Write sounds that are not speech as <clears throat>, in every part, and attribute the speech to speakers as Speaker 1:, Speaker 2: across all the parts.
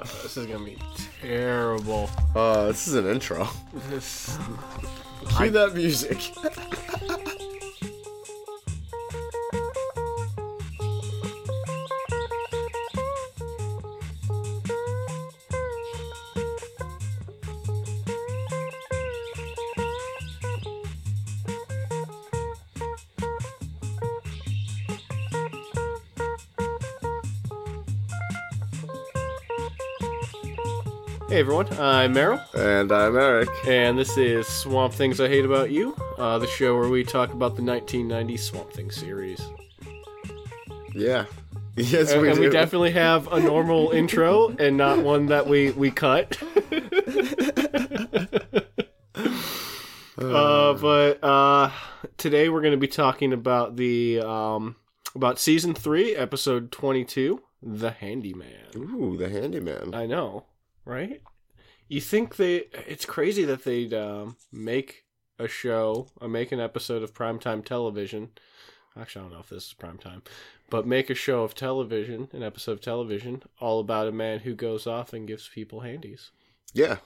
Speaker 1: Oh, this is gonna be terrible.
Speaker 2: Uh, this is an intro.
Speaker 1: This-
Speaker 2: <laughs> Cue that music.
Speaker 1: Hey everyone, I'm Meryl,
Speaker 2: and I'm Eric.
Speaker 1: and this is Swamp Things I Hate About You, uh, the show where we talk about the 1990 Swamp Thing series.
Speaker 2: Yeah. Yes,
Speaker 1: And,
Speaker 2: we
Speaker 1: and
Speaker 2: do.
Speaker 1: we definitely have a
Speaker 2: <laughs>
Speaker 1: normal intro and not one that we we cut. <laughs> uh, but uh, today we're going to be talking about the um, about season three, episode 22, the handyman.
Speaker 2: Ooh, the handyman.
Speaker 1: I know, right? You think they? It's crazy that they'd um, make a show, or make an episode of primetime television. Actually, I don't know if this is primetime, but make a show of television, an episode of television, all about a man who goes off and gives people handies.
Speaker 2: Yeah.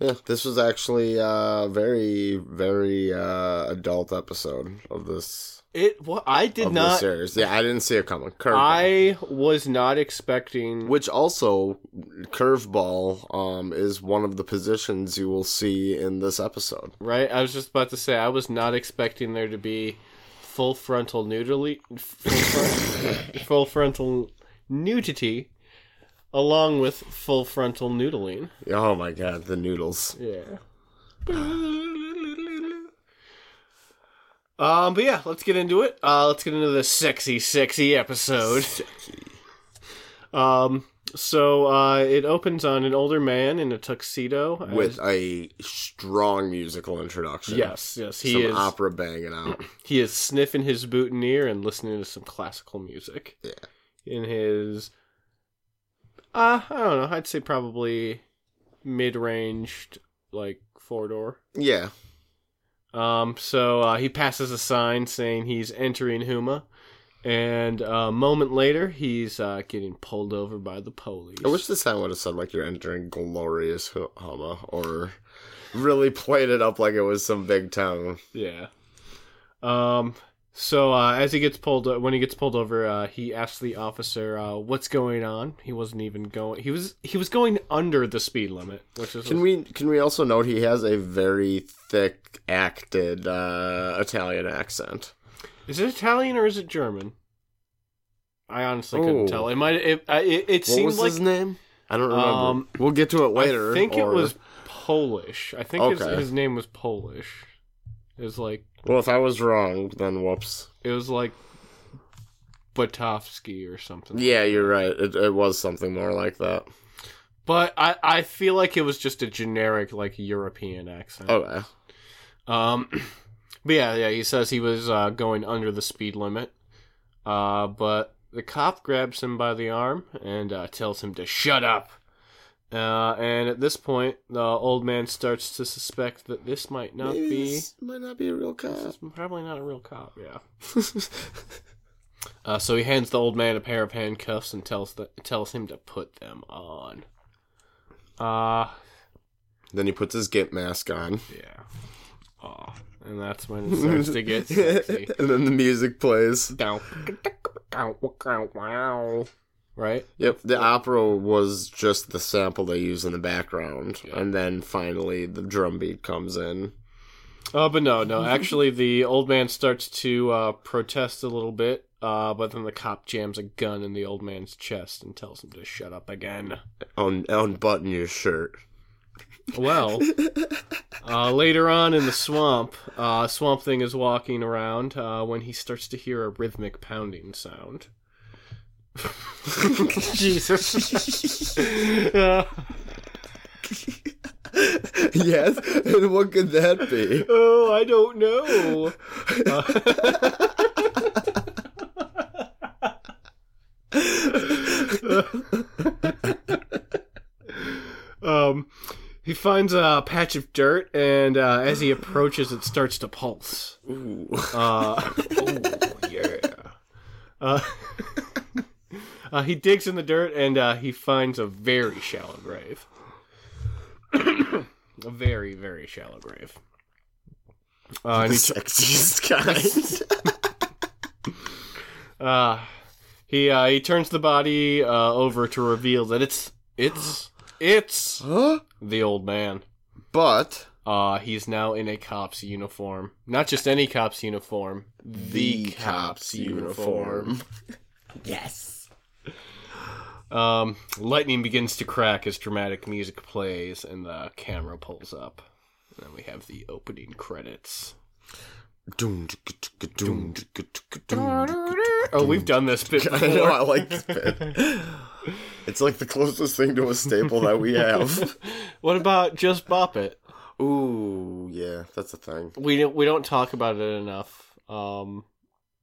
Speaker 2: Yeah, this was actually a very, very uh, adult episode of this
Speaker 1: It. What I did
Speaker 2: of this
Speaker 1: not.
Speaker 2: series. Yeah, I didn't see it coming. Curveball,
Speaker 1: I was not expecting.
Speaker 2: which also curveball um, is one of the positions you will see in this episode.
Speaker 1: Right? I was just about to say I was not expecting there to be full frontal nudity, full, <laughs> front, full frontal nudity, along with full frontal noodling.
Speaker 2: Oh my god, the noodles.
Speaker 1: Yeah. <sighs> Um, but yeah, let's get into it. Uh, let's get into the sexy, sexy episode. Um, so uh, it opens on an older man in a tuxedo as-
Speaker 2: With a strong musical introduction.
Speaker 1: yes, yes, he
Speaker 2: some
Speaker 1: is
Speaker 2: opera banging out.
Speaker 1: He is sniffing his boutonniere and listening to some classical music.
Speaker 2: Yeah.
Speaker 1: In his, uh, I don't know. I'd say probably mid-ranged, like four door.
Speaker 2: yeah.
Speaker 1: Um, so uh, he passes a sign saying he's entering Huma, and uh, a moment later he's uh, getting pulled over by the police.
Speaker 2: I wish the sign would have said like you're entering glorious Hu- Hama or really played it up like it was some big town.
Speaker 1: Yeah. Um. So uh, as he gets pulled, when he gets pulled over, uh, he asks the officer, uh, "What's going on?" He wasn't even going. He was he was going under the speed limit, which is
Speaker 2: Can we can we also note he has a very thick acted uh, Italian accent.
Speaker 1: is it Italian or is it German? I honestly couldn't
Speaker 2: Oh.
Speaker 1: tell. It might. It I- it, it
Speaker 2: What
Speaker 1: seemed
Speaker 2: was
Speaker 1: like
Speaker 2: his name? I don't remember.
Speaker 1: Um,
Speaker 2: we'll get to it later.
Speaker 1: I think it
Speaker 2: or-
Speaker 1: was Polish. I think
Speaker 2: Okay.
Speaker 1: his, his name was Polish. It was like
Speaker 2: Well, if I was wrong, then whoops.
Speaker 1: it was like Batovsky or something.
Speaker 2: Yeah, you're right. It, it was something more like that.
Speaker 1: But I, I feel like it was just a generic like European accent.
Speaker 2: Okay.
Speaker 1: Um, <clears throat> but yeah, yeah, he says he was uh, going under the speed limit, uh, but the cop grabs him by the arm and uh, tells him to shut up. Uh, and at this point, the old man starts to suspect that this might not
Speaker 2: Maybe
Speaker 1: be
Speaker 2: this might not be a real cop.
Speaker 1: this is probably not a real cop. Yeah. <laughs> Uh, so he hands the old man a pair of handcuffs and tells the, tells him to put them on. Uh,
Speaker 2: then he puts his gimp mask on.
Speaker 1: yeah. Aw. And that's when it starts to
Speaker 2: <laughs>
Speaker 1: get sexy.
Speaker 2: and then the music plays.
Speaker 1: Right?
Speaker 2: Yep, the opera was just the sample they use in the background, and then finally the drum beat comes in.
Speaker 1: Oh, but no, no. Actually, the old man starts to uh, protest a little bit, uh, but then the cop jams a gun in the old man's chest and tells him to shut up again.
Speaker 2: Un- unbutton your shirt. <laughs>
Speaker 1: Well, uh, later on in the swamp, uh, Swamp Thing is walking around uh, when he starts to hear a rhythmic pounding sound. Jesus. Uh,
Speaker 2: <laughs> yes, and what could that be?
Speaker 1: <laughs> oh, I don't know. Uh, <laughs> Um, he finds a patch of dirt, and uh, as he approaches, it starts to pulse.
Speaker 2: Ooh.
Speaker 1: Uh, oh yeah. Uh, <laughs> Uh, he digs in the dirt and uh, he finds a very shallow grave. <clears throat> a very, very shallow grave. Uh, and
Speaker 2: <laughs>
Speaker 1: he
Speaker 2: the sexiest
Speaker 1: <laughs>
Speaker 2: kind.
Speaker 1: Uh, he uh, he turns the body uh, over to reveal that it's it's it's
Speaker 2: huh?
Speaker 1: the old man.
Speaker 2: But
Speaker 1: Uh, he's now in a cop's uniform, not just any cop's uniform, the, cop's, uniform.
Speaker 2: yes.
Speaker 1: Um, lightning begins to crack as dramatic music plays and the camera pulls up. And then we have the opening credits. Oh,
Speaker 2: Oh,
Speaker 1: we've done this bit
Speaker 2: <laughs> I know. I
Speaker 1: before.
Speaker 2: like this bit. It's like the closest thing to a staple that
Speaker 1: <laughs>
Speaker 2: we have.
Speaker 1: What about just bop it?
Speaker 2: Ooh, yeah, that's a thing.
Speaker 1: we don't we don't talk about it enough um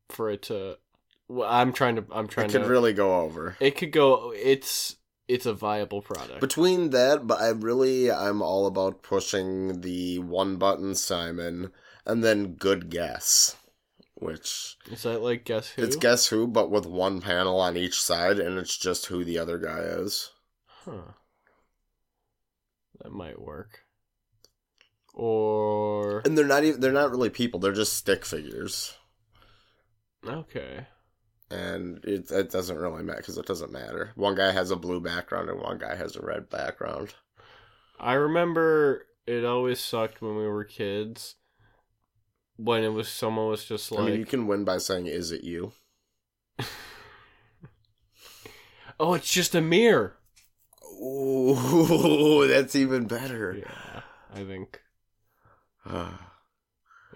Speaker 1: for it to well, i'm trying to i'm trying
Speaker 2: It
Speaker 1: to
Speaker 2: could really go over.
Speaker 1: it could go it's it's a viable product
Speaker 2: Between that, but I really, I'm all about pushing the one button Simon and then good guess, which
Speaker 1: is that like guess who
Speaker 2: it's guess who, but with one panel on each side, and it's just who the other guy is.
Speaker 1: huh. that might work or
Speaker 2: And they're not even, they're not really people; they're just stick figures,
Speaker 1: okay
Speaker 2: and it it doesn't really matter because it doesn't matter. One guy has a blue background, and one guy has a red background.
Speaker 1: i remember it always sucked when we were kids when it was someone was just like
Speaker 2: I mean, you can win by saying, "Is it you?"
Speaker 1: oh it's just a mirror
Speaker 2: Ooh, <laughs> that's even better.
Speaker 1: yeah i think
Speaker 2: Ah.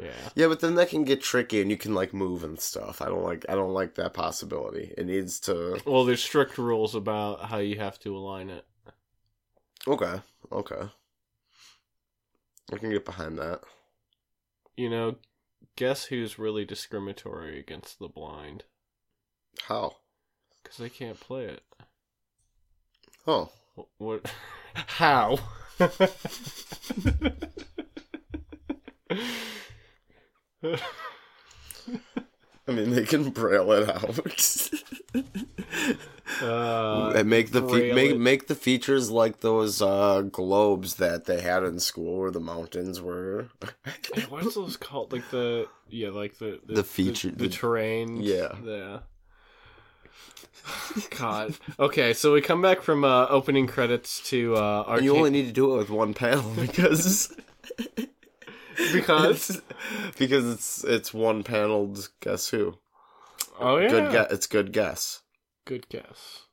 Speaker 1: yeah
Speaker 2: <sighs> Yeah, but then that can get tricky, and you can like move and stuff. I don't like I don't like that possibility. It needs to
Speaker 1: Well, there's strict rules about how you have to align it.
Speaker 2: okay, okay. I can get behind that.
Speaker 1: You know, guess who's really discriminatory against the blind?
Speaker 2: How?
Speaker 1: Because they can't play it.
Speaker 2: Oh,
Speaker 1: Wh- What? <laughs>
Speaker 2: <laughs>
Speaker 1: How? <laughs>
Speaker 2: I mean they can braille it <laughs> out.
Speaker 1: uh,
Speaker 2: and make the fe-
Speaker 1: braille
Speaker 2: make
Speaker 1: it.
Speaker 2: make the features like those uh, globes that they had in school where the mountains were. <laughs>
Speaker 1: what's those called? Like the yeah, like the
Speaker 2: The feature-
Speaker 1: the,
Speaker 2: the-
Speaker 1: terrain.
Speaker 2: Yeah.
Speaker 1: yeah. God. Okay, so we come back from uh, opening credits to uh, our.
Speaker 2: you only need to do it with one panel <laughs> because
Speaker 1: <laughs>
Speaker 2: <laughs>
Speaker 1: because
Speaker 2: it's, because it's it's one paneled guess who
Speaker 1: oh yeah,
Speaker 2: good guess it's good guess
Speaker 1: Good guess.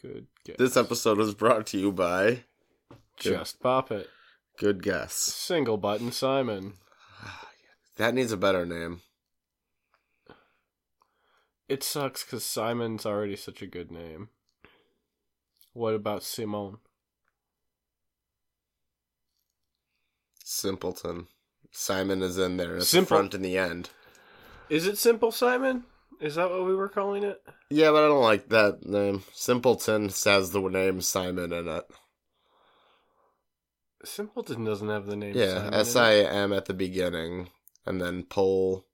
Speaker 1: Good guess.
Speaker 2: this episode is brought to you by
Speaker 1: just pop it.
Speaker 2: good guess <sighs>
Speaker 1: Single button Simon.
Speaker 2: that needs a better name
Speaker 1: It sucks because Simon's already such a good name. What about Simone?
Speaker 2: simpleton simon is in there at the
Speaker 1: Simple-
Speaker 2: front and the end
Speaker 1: Is it Simple Simon? Is that what we were calling it?
Speaker 2: yeah but i don't like that name simpleton says the name simon in it
Speaker 1: Simpleton doesn't have the name.
Speaker 2: yeah
Speaker 1: Simon in it.
Speaker 2: s-i-m at the beginning and then pull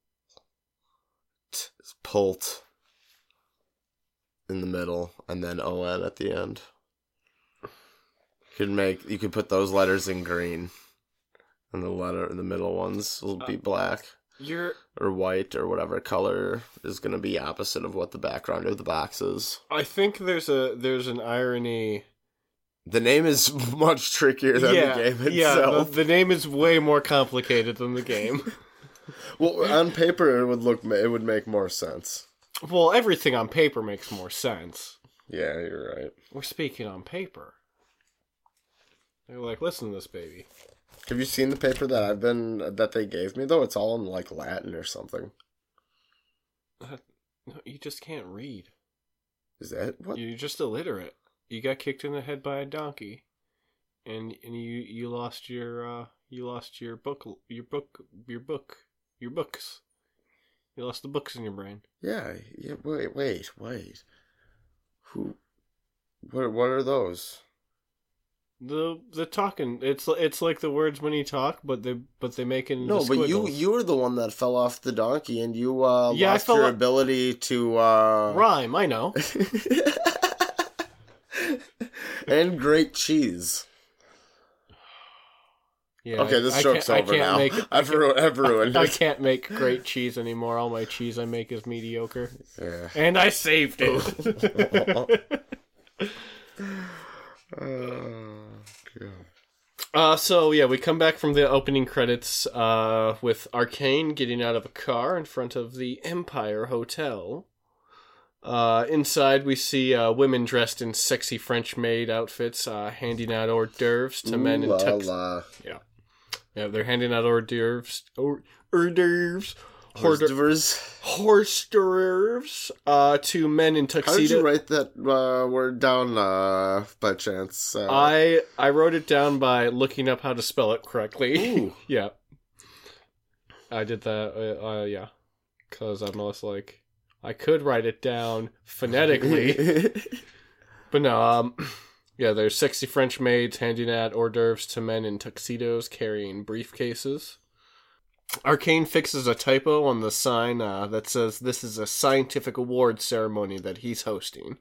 Speaker 2: t- pult in the middle and then on at the end could make you could put those letters in green and the letter the middle ones will be black
Speaker 1: You're.
Speaker 2: or white or whatever color is going to be opposite of what the background of the box is
Speaker 1: I think there's a there's an irony.
Speaker 2: the name is <laughs> much trickier than the game
Speaker 1: yeah. the-
Speaker 2: itself
Speaker 1: the name is way more complicated than the game.
Speaker 2: <laughs> well on paper it would look it would make more sense
Speaker 1: well, everything on paper makes more sense.
Speaker 2: Yeah, you're right.
Speaker 1: We're speaking on paper. They're like, listen to this baby.
Speaker 2: Have you seen the paper that I've been that they gave me though? It's all in like Latin or something.
Speaker 1: No, you just can't read.
Speaker 2: Is that what?
Speaker 1: You're just illiterate. You got kicked in the head by a donkey, and and you you lost your uh you lost your book your book your book your books. You lost the books in your brain.
Speaker 2: Yeah, yeah. Wait, wait, wait. Who? What? What are those?
Speaker 1: The the talking it's it's like the words when you talk, but they but they make it into
Speaker 2: No, but you
Speaker 1: squiggles.
Speaker 2: you were the one that fell off the donkey and you uh,
Speaker 1: Yeah, I
Speaker 2: lost
Speaker 1: fell
Speaker 2: your
Speaker 1: off-
Speaker 2: ability to uh,
Speaker 1: rhyme. I know.
Speaker 2: <laughs> and great cheese.
Speaker 1: Yeah,
Speaker 2: okay, this
Speaker 1: I
Speaker 2: joke's
Speaker 1: can't-
Speaker 2: over
Speaker 1: I can't
Speaker 2: now. <laughs>
Speaker 1: Make,
Speaker 2: I've ruined. I've ruined
Speaker 1: I
Speaker 2: it.
Speaker 1: can't make great cheese anymore. All my cheese I make is mediocre,
Speaker 2: Yeah.
Speaker 1: and I saved it.
Speaker 2: Oh, God.
Speaker 1: <laughs> Uh, so yeah, we come back from the opening credits uh, with Arcane getting out of a car in front of the Empire Hotel. Uh, inside, we see uh, women dressed in sexy French maid outfits uh, handing out hors d'oeuvres to men in
Speaker 2: Ooh, la,
Speaker 1: tux.
Speaker 2: la.
Speaker 1: Yeah, they're handing out hors d'oeuvres, hors hors d'oeuvres, hors
Speaker 2: Hors
Speaker 1: d'oeuvres,
Speaker 2: d'oeuvres.
Speaker 1: hors d'oeuvres uh, to men in
Speaker 2: How did you
Speaker 1: tuxedo.
Speaker 2: write that uh, word down uh, by chance? Uh,
Speaker 1: I I wrote it down by looking up how to spell it correctly.
Speaker 2: Ooh.
Speaker 1: <laughs> Yeah. I did that, uh, uh yeah. Because I'm almost like, I could write it down
Speaker 2: <laughs>
Speaker 1: phonetically. but no, um, <clears throat> yeah, there's sexy French maids handing out hors d'oeuvres to men in tuxedos carrying briefcases. Arcane fixes a typo on the sign uh, that says this is a scientific award ceremony that he's hosting.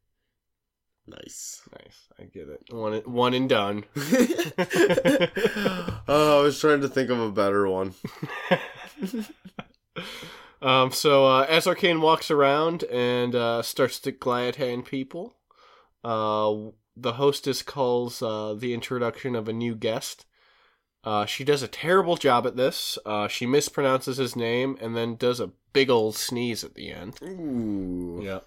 Speaker 1: <laughs>
Speaker 2: nice.
Speaker 1: Nice, I get it. One, one and done.
Speaker 2: oh, I was trying to think of a better one.
Speaker 1: <laughs> Um, so uh, as Arcane walks around and uh, starts to glad hand people, uh, the hostess calls uh, the introduction of a new guest. Uh, she does a terrible job at this. Uh, she mispronounces his name and then does a big old sneeze at the end.
Speaker 2: Ooh.
Speaker 1: Yeah.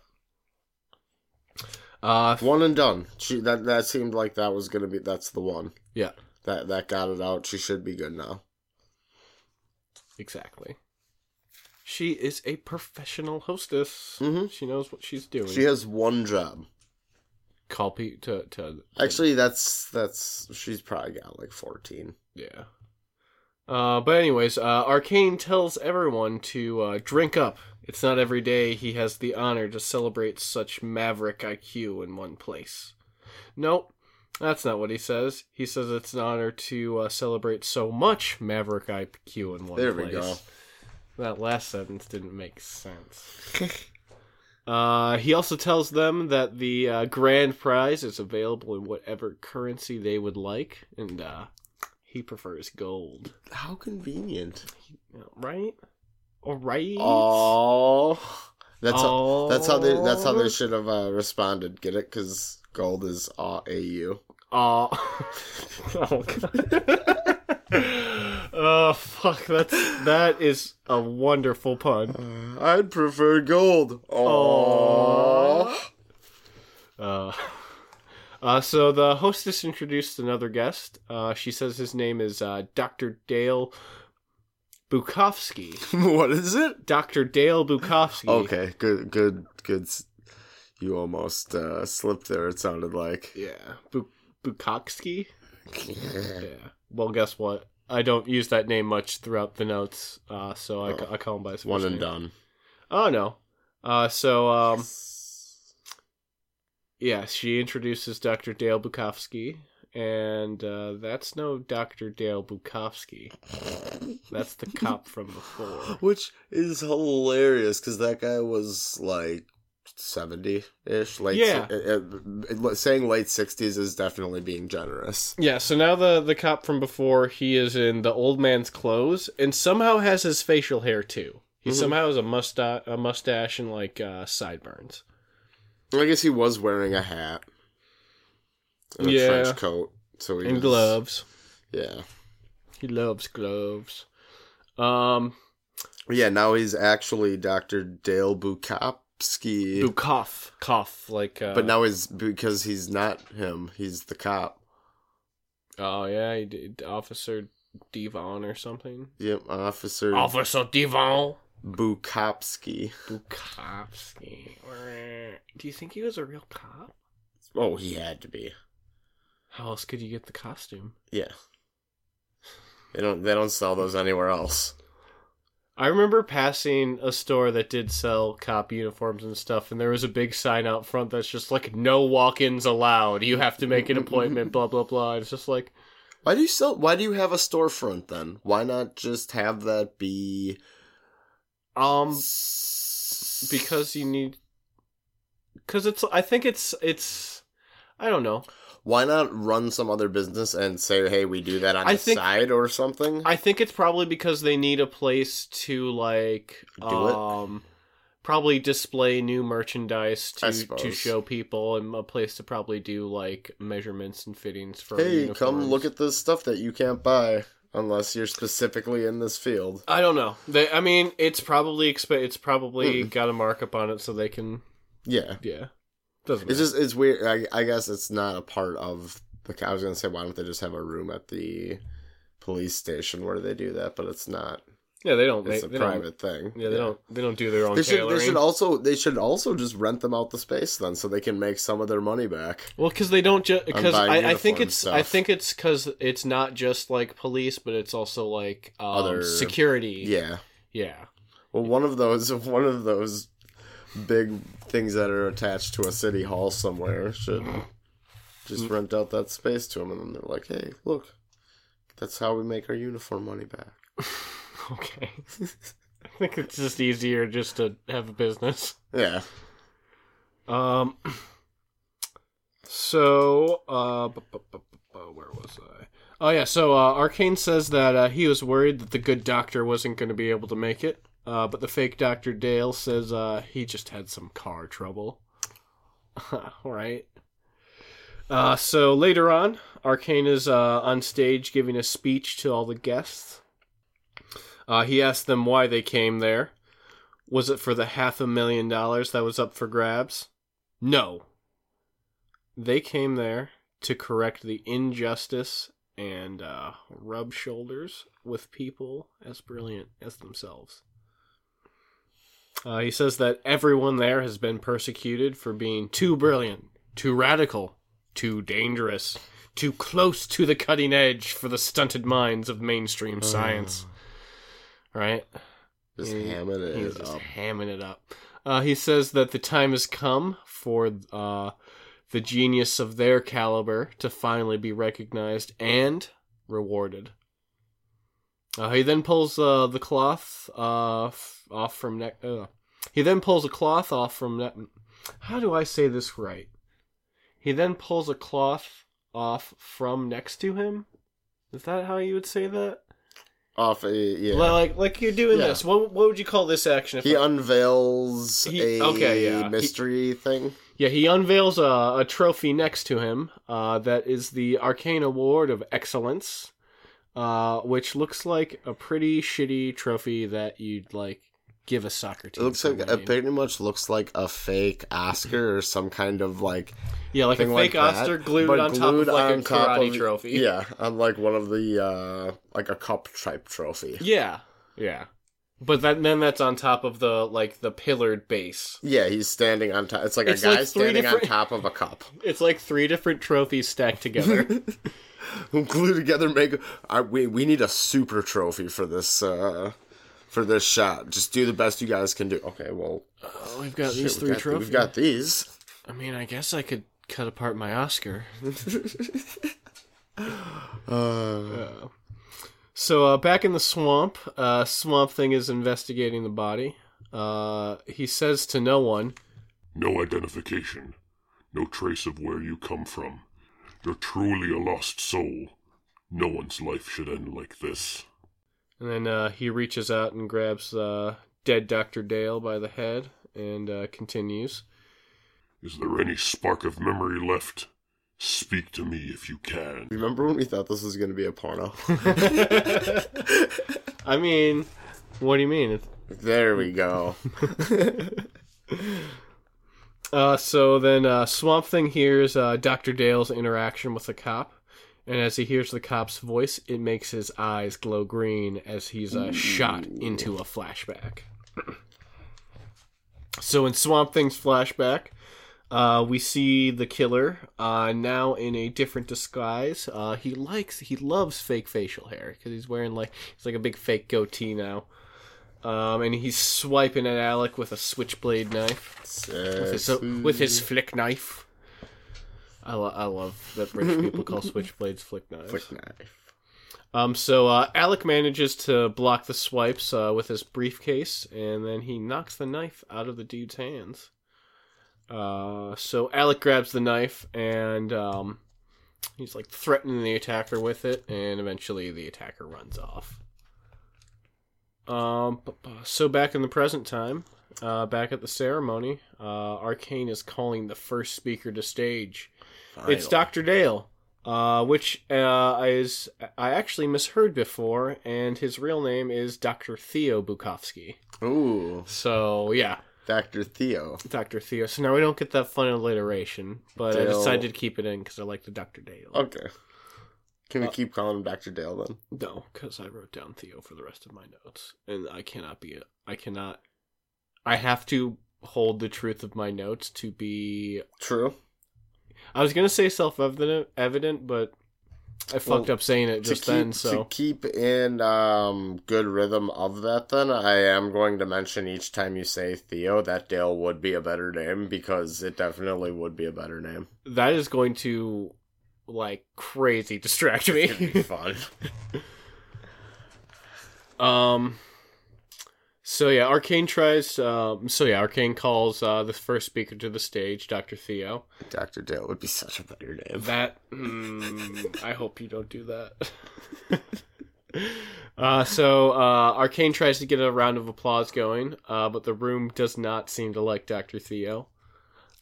Speaker 1: Uh,
Speaker 2: One and done. She that that seemed like that was gonna be that's the one.
Speaker 1: Yeah.
Speaker 2: That that got it out. She should be good now.
Speaker 1: exactly. She is a professional hostess.
Speaker 2: Mhm.
Speaker 1: She knows what she's doing.
Speaker 2: She has one job.
Speaker 1: Call pe- to, to
Speaker 2: Actually, that's that's she's probably got like fourteen.
Speaker 1: Yeah. Uh, but anyways, uh, Arcane tells everyone to uh, drink up. It's not every day he has the honor to celebrate such maverick IQ in one place. Nope, that's not what he says. He says it's an honor to uh, celebrate so much maverick IQ in one
Speaker 2: There we
Speaker 1: place.
Speaker 2: go.
Speaker 1: That last sentence didn't make sense. uh, he also tells them that the uh, grand prize is available in whatever currency they would like, and uh, he prefers gold.
Speaker 2: <laughs> How convenient.
Speaker 1: Right? All right.
Speaker 2: Oh, that's how, that's how they that's how they should have uh, responded. Get it? Because gold is all au. <laughs>
Speaker 1: Aw. oh god. <laughs> oh fuck! That's that is a wonderful pun.
Speaker 2: Uh, I'd prefer gold.
Speaker 1: Aw.
Speaker 2: Oh,
Speaker 1: Uh, uh, so the hostess introduced another guest. Uh, she says his name is uh, Dr. Dale Bukowski.
Speaker 2: <laughs> what is it?
Speaker 1: Dr. Dale Bukowski.
Speaker 2: Okay, good, good, good. s- You almost uh, slipped there. It sounded like.
Speaker 1: Yeah. Bu- Bukowski? Yeah. Well, guess what? I don't use that name much throughout the notes, uh, so I, ca- I call him by his first
Speaker 2: Oh. One and
Speaker 1: name.
Speaker 2: done.
Speaker 1: Oh, no. Uh, so, um, yeah, she introduces Dr. Dale Bukowski, and uh, that's no Dr. Dale Bukowski. That's the
Speaker 2: <laughs>
Speaker 1: cop from before.
Speaker 2: Which is hilarious because that guy was like seventy ish. Like
Speaker 1: Yeah.
Speaker 2: eh, saying late sixties is definitely being generous.
Speaker 1: Yeah, so now the the cop from before, he is in the old man's clothes and somehow has his facial hair too. He
Speaker 2: Mhm.
Speaker 1: somehow has a mustache, a mustache and like uh, sideburns.
Speaker 2: I guess he was wearing a hat, and a
Speaker 1: Yeah.
Speaker 2: trench coat, so he
Speaker 1: And
Speaker 2: was-
Speaker 1: gloves.
Speaker 2: Yeah,
Speaker 1: He loves gloves. Um
Speaker 2: yeah. Now he's actually Doctor Dale Bukowski.
Speaker 1: Bukoff. Cough like uh,
Speaker 2: But now he's because he's not him. He's the cop.
Speaker 1: Oh yeah, he did Officer Devon or something.
Speaker 2: Yep, Officer
Speaker 1: Officer Devon
Speaker 2: Bukowski.
Speaker 1: Bukowski. Do you think he was a real cop?
Speaker 2: Oh, he had to be.
Speaker 1: How else could you get the costume?
Speaker 2: Yeah. They don't. They don't sell those anywhere else.
Speaker 1: I remember passing a store that did sell cop uniforms and stuff, and there was a big sign out front that's just like "No walk-ins allowed. You have to make an
Speaker 2: <laughs>
Speaker 1: appointment." blah blah blah. It's just like
Speaker 2: Why do you sell? Why do you have a storefront then? Why not just have that be?
Speaker 1: um because you need because it's I think it's it's I don't know.
Speaker 2: Why not run some other business and say, hey, we do that on
Speaker 1: I
Speaker 2: the
Speaker 1: think-
Speaker 2: side or something?
Speaker 1: I think it's probably because they need a place to like
Speaker 2: Do it?
Speaker 1: um probably display new merchandise
Speaker 2: I
Speaker 1: to to
Speaker 2: suppose.
Speaker 1: show people and a place to probably do like measurements and fittings for
Speaker 2: hey, come
Speaker 1: uniforms.
Speaker 2: look at this stuff that you can't buy unless you're specifically in this field.
Speaker 1: I don't know. They, I mean, it's probably exp- it's probably
Speaker 2: Mm.
Speaker 1: got a markup on it so they can
Speaker 2: Yeah,
Speaker 1: yeah. Doesn't
Speaker 2: it's
Speaker 1: matter.
Speaker 2: just it's weird. I, I guess it's not a part of the. I was gonna say, why don't they just have a room at the police station where they do that? But it's not.
Speaker 1: yeah, they don't
Speaker 2: It's
Speaker 1: they,
Speaker 2: a
Speaker 1: they don't-
Speaker 2: private thing.
Speaker 1: yeah, they don't they don't do their own
Speaker 2: They should,
Speaker 1: tailoring.
Speaker 2: they should also they should also just rent them out the space then, so they can make some of their money back.
Speaker 1: Well, because they don't just because
Speaker 2: buying
Speaker 1: I, I think
Speaker 2: uniform
Speaker 1: it's I
Speaker 2: stuff.
Speaker 1: think it's because it's not just like police, but it's also like um,
Speaker 2: Other-
Speaker 1: security.
Speaker 2: Yeah.
Speaker 1: yeah.
Speaker 2: Well, one of those <laughs> one of those big things that are attached to a city hall somewhere should just rent out that space to them, and then they're like, "Hey, look, that's how we make our uniform money back."
Speaker 1: <laughs> Okay. <laughs> I think it's just easier just to have a business.
Speaker 2: Yeah.
Speaker 1: Um. <clears throat> So, uh, bu- bu- bu- bu- bu- where was I? Oh yeah. So uh, Arcane says that uh, he was worried that the good doctor wasn't going to be able to make it, uh, but the fake Doctor Dale says uh, he just had some car trouble. <laughs> right. Uh, so later on, Arcane is uh, on stage giving a speech to all the guests. Uh, he asked them why they came there. Was it for the half a million dollars that was up for grabs? No. They came there to correct the injustice and uh, rub shoulders with people as brilliant as themselves. Uh, he says that everyone there has been persecuted for being too brilliant, too radical, too dangerous, too close to the cutting edge for the stunted minds of mainstream science. Right?
Speaker 2: Uh, Just
Speaker 1: He-
Speaker 2: hamming it
Speaker 1: He's just
Speaker 2: up.
Speaker 1: hamming it up. Uh, he says that the time has come for uh, the genius of their caliber to finally be recognized and rewarded. Uh, he then pulls uh, the cloth uh, f- off from neck. Uh, he then pulls a cloth off from neck. How do I say this right? He then pulls a cloth off from next to him. Is that how you would say that?
Speaker 2: Off a yeah.
Speaker 1: Li- Like like you're doing
Speaker 2: Yeah.
Speaker 1: this. What what would you call this action? If
Speaker 2: he unveils
Speaker 1: He-
Speaker 2: a
Speaker 1: okay, yeah.
Speaker 2: mystery thing.
Speaker 1: Yeah, he unveils a, a trophy next to him uh, that is the Arcane Award of Excellence, uh, which looks like a pretty shitty trophy that you'd like give a soccer
Speaker 2: It
Speaker 1: team.
Speaker 2: looks
Speaker 1: for
Speaker 2: like it
Speaker 1: winning.
Speaker 2: pretty much looks like a fake Oscar or some kind of like
Speaker 1: yeah, like a
Speaker 2: thing
Speaker 1: fake
Speaker 2: like that,
Speaker 1: Oscar glued
Speaker 2: but
Speaker 1: on top
Speaker 2: glued
Speaker 1: of like a
Speaker 2: on top
Speaker 1: karate
Speaker 2: of-
Speaker 1: trophy.
Speaker 2: Yeah, on like one of the uh like a cup type trophy.
Speaker 1: yeah, yeah. But that, then that's on top of the like the pillared base.
Speaker 2: Yeah, he's standing on top. It's like
Speaker 1: It's
Speaker 2: a guy
Speaker 1: like three
Speaker 2: standing
Speaker 1: different-
Speaker 2: on top of a cup.
Speaker 1: It's like three different trophies stacked
Speaker 2: <laughs>
Speaker 1: together.
Speaker 2: Who glue together make I, we we need a super trophy for this uh for this shot. Just do the best you guys can do. Okay, well
Speaker 1: oh, we've got these
Speaker 2: shit, we've
Speaker 1: three
Speaker 2: got-
Speaker 1: trophies.
Speaker 2: We've got these.
Speaker 1: I mean, I guess I could cut apart my Oscar.
Speaker 2: Uh,
Speaker 1: Uh, so uh, back in the swamp, uh, Swamp Thing is investigating the body. Uh, he says to no one,
Speaker 3: No identification. No trace of where you come from. You're truly a lost soul. No one's life should end like this.
Speaker 1: and then uh, he reaches out and grabs uh, dead Dr. Dale by the head and uh, continues. <laughs>
Speaker 3: Is there any spark of memory left? Speak to me if you can.
Speaker 2: remember when we thought this was gonna be a porno? <laughs>
Speaker 1: I mean, what do you mean? It's-
Speaker 2: there we go.
Speaker 1: <laughs> Uh, so then uh, Swamp Thing hears uh, Dr. Dale's interaction with the cop. And as he hears the cop's voice, it makes his eyes glow green as he's uh, shot into a flashback. <clears throat> so in Swamp Thing's flashback, uh, we see the killer uh, now in a different disguise. Uh, he likes, he loves fake facial hair because he's wearing like it's like a big fake goatee now. Um, and he's swiping at Alec with a switchblade knife, with his,
Speaker 2: Sexy.
Speaker 1: with his flick knife. I, lo- I love that British people call switchblades flick knives.
Speaker 2: flick knife.
Speaker 1: Um, so uh, Alec manages to block the swipes uh, with his briefcase, and then he knocks the knife out of the dude's hands. Uh, so Alec grabs the knife, and um, he's like threatening the attacker with it, and eventually the attacker runs off. Um, bu- bu- so back in the present time, uh, back at the ceremony, uh, Arcane is calling the first speaker to stage. It's
Speaker 2: Final.
Speaker 1: Dr. Dale, uh, which uh, is I actually misheard before, and his real name is Dr. Theo Bukowski.
Speaker 2: Ooh,
Speaker 1: So yeah,
Speaker 2: Doctor Theo.
Speaker 1: Dr. Theo. So now we don't get that fun alliteration, but I
Speaker 2: Dale.
Speaker 1: decided to keep it in because I like the Dr. Dale.
Speaker 2: Okay. Can
Speaker 1: Uh,
Speaker 2: we keep calling him Doctor Dale then?
Speaker 1: No, because I wrote down Theo for the rest of my notes, and I cannot be. I cannot. I have to hold the truth of my notes to be.
Speaker 2: True.
Speaker 1: I was gonna say self-evident, evident, but I fucked up saying it just
Speaker 2: to keep,
Speaker 1: then. So
Speaker 2: to keep in um, good rhythm of that, then I am going to mention each time you say Theo that Dale would be a better name because it definitely would be a better name.
Speaker 1: that is going to like crazy distract
Speaker 2: It'd
Speaker 1: <laughs>
Speaker 2: be
Speaker 1: me.
Speaker 2: fun.
Speaker 1: um so yeah, Arcane tries um so yeah, Arcane calls uh the first speaker to the stage, Dr. Theo.
Speaker 2: Doctor Dale would be such a better name.
Speaker 1: That mm, I hope you don't do that. <laughs> uh so uh Arcane tries to get a round of applause going, uh but the room does not seem to like Dr. Theo.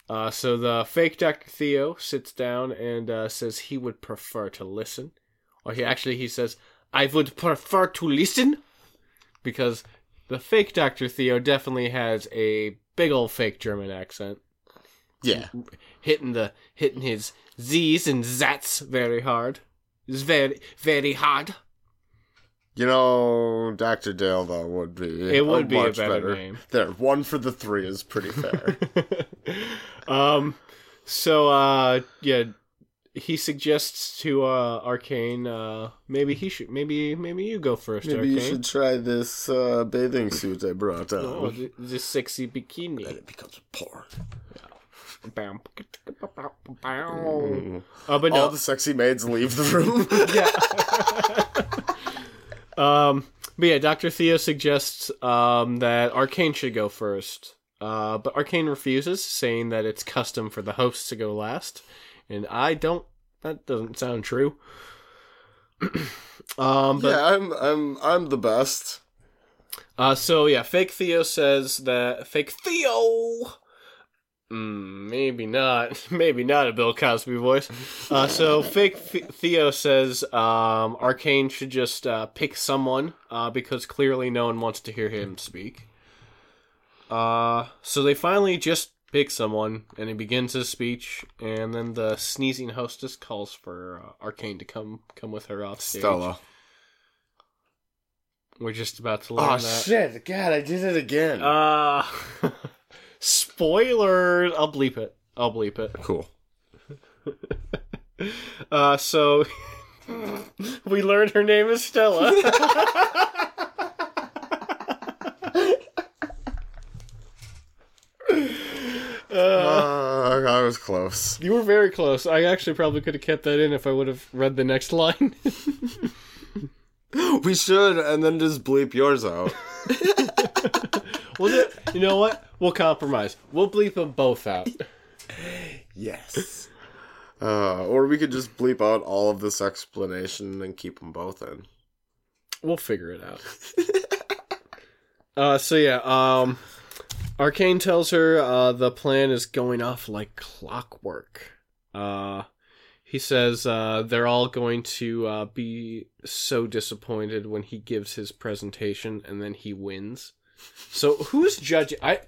Speaker 1: Uh, so the fake Dr. Theo sits down and uh, says he would prefer to listen. Or he actually he says, I would prefer to listen because the fake Dr. Theo definitely has a big old fake German accent
Speaker 2: yeah,
Speaker 1: hitting the hitting his Z's and Zats very hard. It's very very hard.
Speaker 2: you know, Doctor Dale though would be
Speaker 1: It would be a
Speaker 2: much
Speaker 1: better name.
Speaker 2: There, one for the three is pretty fair.
Speaker 1: <laughs> um so uh yeah he suggests to uh Arcane uh maybe he should maybe maybe you go first
Speaker 2: Maybe
Speaker 1: Arcane.
Speaker 2: you should try this uh, bathing suit I brought on.
Speaker 1: Oh, th- this sexy
Speaker 2: Then
Speaker 1: bikini.
Speaker 2: it becomes porn.
Speaker 1: Bam.
Speaker 2: Mm.
Speaker 1: Uh, but no,
Speaker 2: All the sexy maids leave the
Speaker 1: <laughs>
Speaker 2: room. <laughs>
Speaker 1: Um, but yeah, Dr. Theo suggests um, that Arcane should go first. Uh, but Arcane refuses, saying that it's custom for the hosts to go last. And I don't. That doesn't sound true. <clears throat> um, but
Speaker 2: yeah, I'm I'm I'm the best.
Speaker 1: uh, so yeah, fake Theo says that fake Theo. Mm, maybe not. <laughs> Maybe not a Bill Cosby voice. Uh, so fake Th- Theo says um, Arcane should just uh, pick someone uh, because clearly no one wants to hear him speak. Uh, so they finally just pick someone, and he begins his speech, and then the sneezing hostess calls for uh, Arcane to come come with her off stage. We're just about to learn
Speaker 2: Oh
Speaker 1: that.
Speaker 2: shit! God, I did it again.
Speaker 1: Uh, <laughs> spoiler. I'll bleep it. I'll bleep it.
Speaker 2: cool.
Speaker 1: Uh, so <laughs> we learned her name is Stella.
Speaker 2: <laughs> Uh, I was close.
Speaker 1: <laughs> you were very close. I actually probably could have kept that in if I would have read the next line.
Speaker 2: <gasps> We should, and then just bleep yours <laughs> out.
Speaker 1: we'll do, you know what? We'll compromise. We'll bleep them both <laughs> out.
Speaker 2: yes. Uh, or we could just bleep out all of this explanation and keep them both in.
Speaker 1: We'll figure it out. <laughs> uh, so yeah, um, Arcane tells her uh, the plan is going off like clockwork. Uh, he says uh, they're all going to uh, be so disappointed when he gives his presentation and then he wins. So who's judging? I.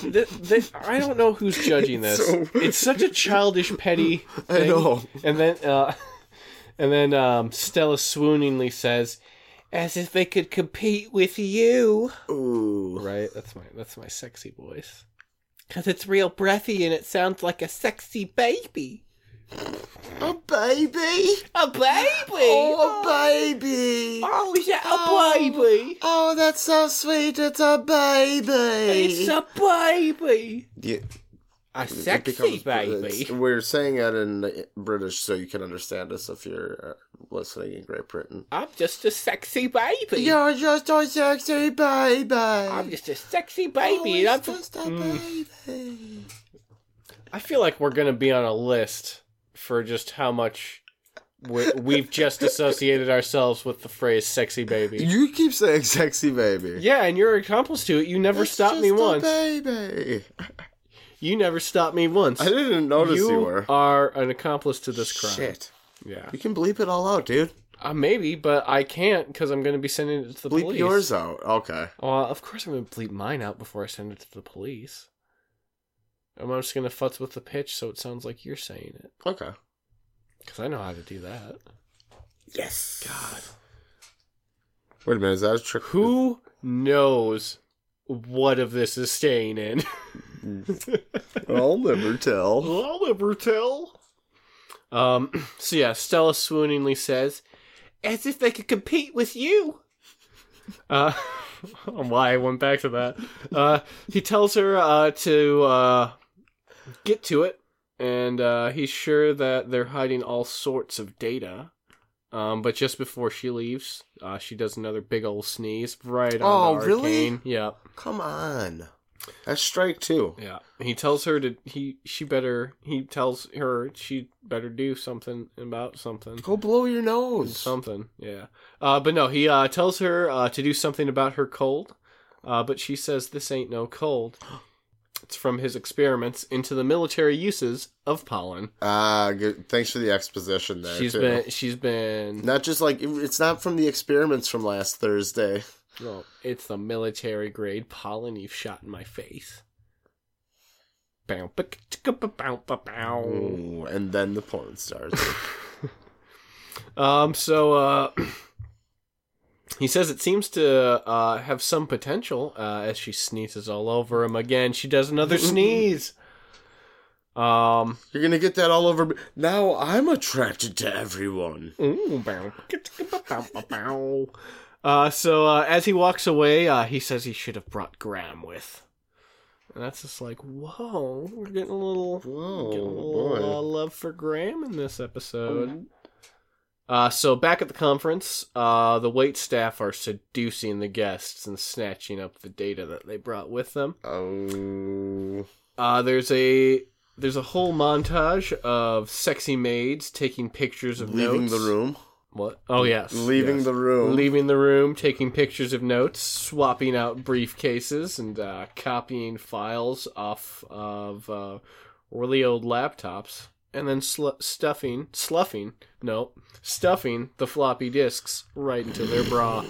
Speaker 1: Th- th- I don't know who's judging
Speaker 2: <laughs>
Speaker 1: this.
Speaker 2: So-
Speaker 1: It's such a childish, petty.
Speaker 2: <laughs> I
Speaker 1: thing.
Speaker 2: know.
Speaker 1: And then, uh, <laughs> and then um, Stella swooningly says, "As if they could compete with you."
Speaker 2: Ooh.
Speaker 1: Right. That's my that's my sexy voice. Cause it's real breathy and it sounds like a sexy baby.
Speaker 2: A baby?
Speaker 1: A baby!
Speaker 2: Oh, a baby!
Speaker 1: Oh, is that
Speaker 2: Oh.
Speaker 1: a baby?
Speaker 2: Oh, that's so sweet. It's a baby.
Speaker 1: It's a baby!
Speaker 2: Yeah,
Speaker 1: A
Speaker 2: it
Speaker 1: sexy
Speaker 2: becomes- uh,
Speaker 1: baby.
Speaker 2: it's- We're saying it in British so you can understand us if you're uh, listening in Great Britain.
Speaker 1: I'm just a sexy baby.
Speaker 2: You're just a sexy baby.
Speaker 1: I'm just a sexy baby. and
Speaker 2: oh,
Speaker 1: I'm mm.
Speaker 2: it's
Speaker 1: from-
Speaker 2: just a baby.
Speaker 1: I feel like we're gonna be on a list for just how much we- we've just associated ourselves with the phrase "sexy baby."
Speaker 2: You keep saying sexy baby.
Speaker 1: Yeah, and you're accomplice to it. You never
Speaker 2: It's
Speaker 1: stopped me
Speaker 2: just a
Speaker 1: once.
Speaker 2: baby.
Speaker 1: You never stopped me once.
Speaker 2: I didn't notice you,
Speaker 1: you
Speaker 2: were.
Speaker 1: are an accomplice to this crime.
Speaker 2: Shit.
Speaker 1: Yeah,
Speaker 2: You can bleep it all out, dude.
Speaker 1: uh, maybe, but I can't because I'm gonna be sending it to the
Speaker 2: Bleep
Speaker 1: police.
Speaker 2: yours out. Okay.
Speaker 1: Well, of course I'm gonna bleep mine out before I send it to the police. I'm just gonna futz with the pitch so it sounds like you're saying it
Speaker 2: Okay.
Speaker 1: because I know how to do that.
Speaker 2: Yes. God. Wait a minute. Is that a trick?
Speaker 1: Who knows what of this is staying in? <laughs>
Speaker 2: I'll never tell.
Speaker 1: I'll never tell. Um, <clears throat> so yeah, Stella swooningly says, as if they could compete with you. Uh, <laughs> I don't know why I went back to that. Uh, he tells her uh, to uh, get to it, and uh, he's sure that they're hiding all sorts of data. Um, but just before she leaves, uh, she does another big old sneeze right on
Speaker 2: Oh,
Speaker 1: the
Speaker 2: really?
Speaker 1: arcane. Yeah.
Speaker 2: Come on. That's strike two.
Speaker 1: Yeah. He tells her to he she better he tells her she better do something about something.
Speaker 2: Go blow your nose.
Speaker 1: Something. Yeah. Uh but no, he uh tells her uh to do something about her cold. Uh but she says this ain't no cold. <gasps> It's from his experiments into the military uses of pollen.
Speaker 2: Ah, good. Thanks for the exposition there.
Speaker 1: She's
Speaker 2: too.
Speaker 1: been she's been
Speaker 2: not just like it's not from the experiments from last Thursday.
Speaker 1: well, it's the military grade pollen you've shot in my face. Bow, ba- ka- bow, bow, bow, bow.
Speaker 2: Ooh, Mm, and then the porn stars.
Speaker 1: Um, so uh, <clears throat> he says it seems to uh, have some potential uh, as she sneezes all over him again. She does <laughs> another sneeze. Um,
Speaker 2: You're gonna get that all over me. Now I'm attracted to everyone.
Speaker 1: ooh, bow, bow, bow, bow. Uh, so uh, as he walks away, uh, he says he should have brought Graham with. And that's just like, whoa, we're getting a little,
Speaker 2: Whoa,
Speaker 1: getting a little
Speaker 2: boy.
Speaker 1: uh, love for Graham in this episode. Uh, so back at the conference, uh, the wait staff are seducing the guests and snatching up the data that they brought with them.
Speaker 2: Oh,
Speaker 1: Uh, there's a there's a whole montage of sexy maids taking pictures of
Speaker 2: leaving
Speaker 1: notes.
Speaker 2: the room.
Speaker 1: What? Oh yes,
Speaker 2: Leaving
Speaker 1: yes.
Speaker 2: the room.
Speaker 1: leaving the room, taking pictures of notes, swapping out briefcases, and uh, copying files off of uh, really old laptops, and then sl- stuffing, sluffing, no, stuffing the floppy disks right into their bra.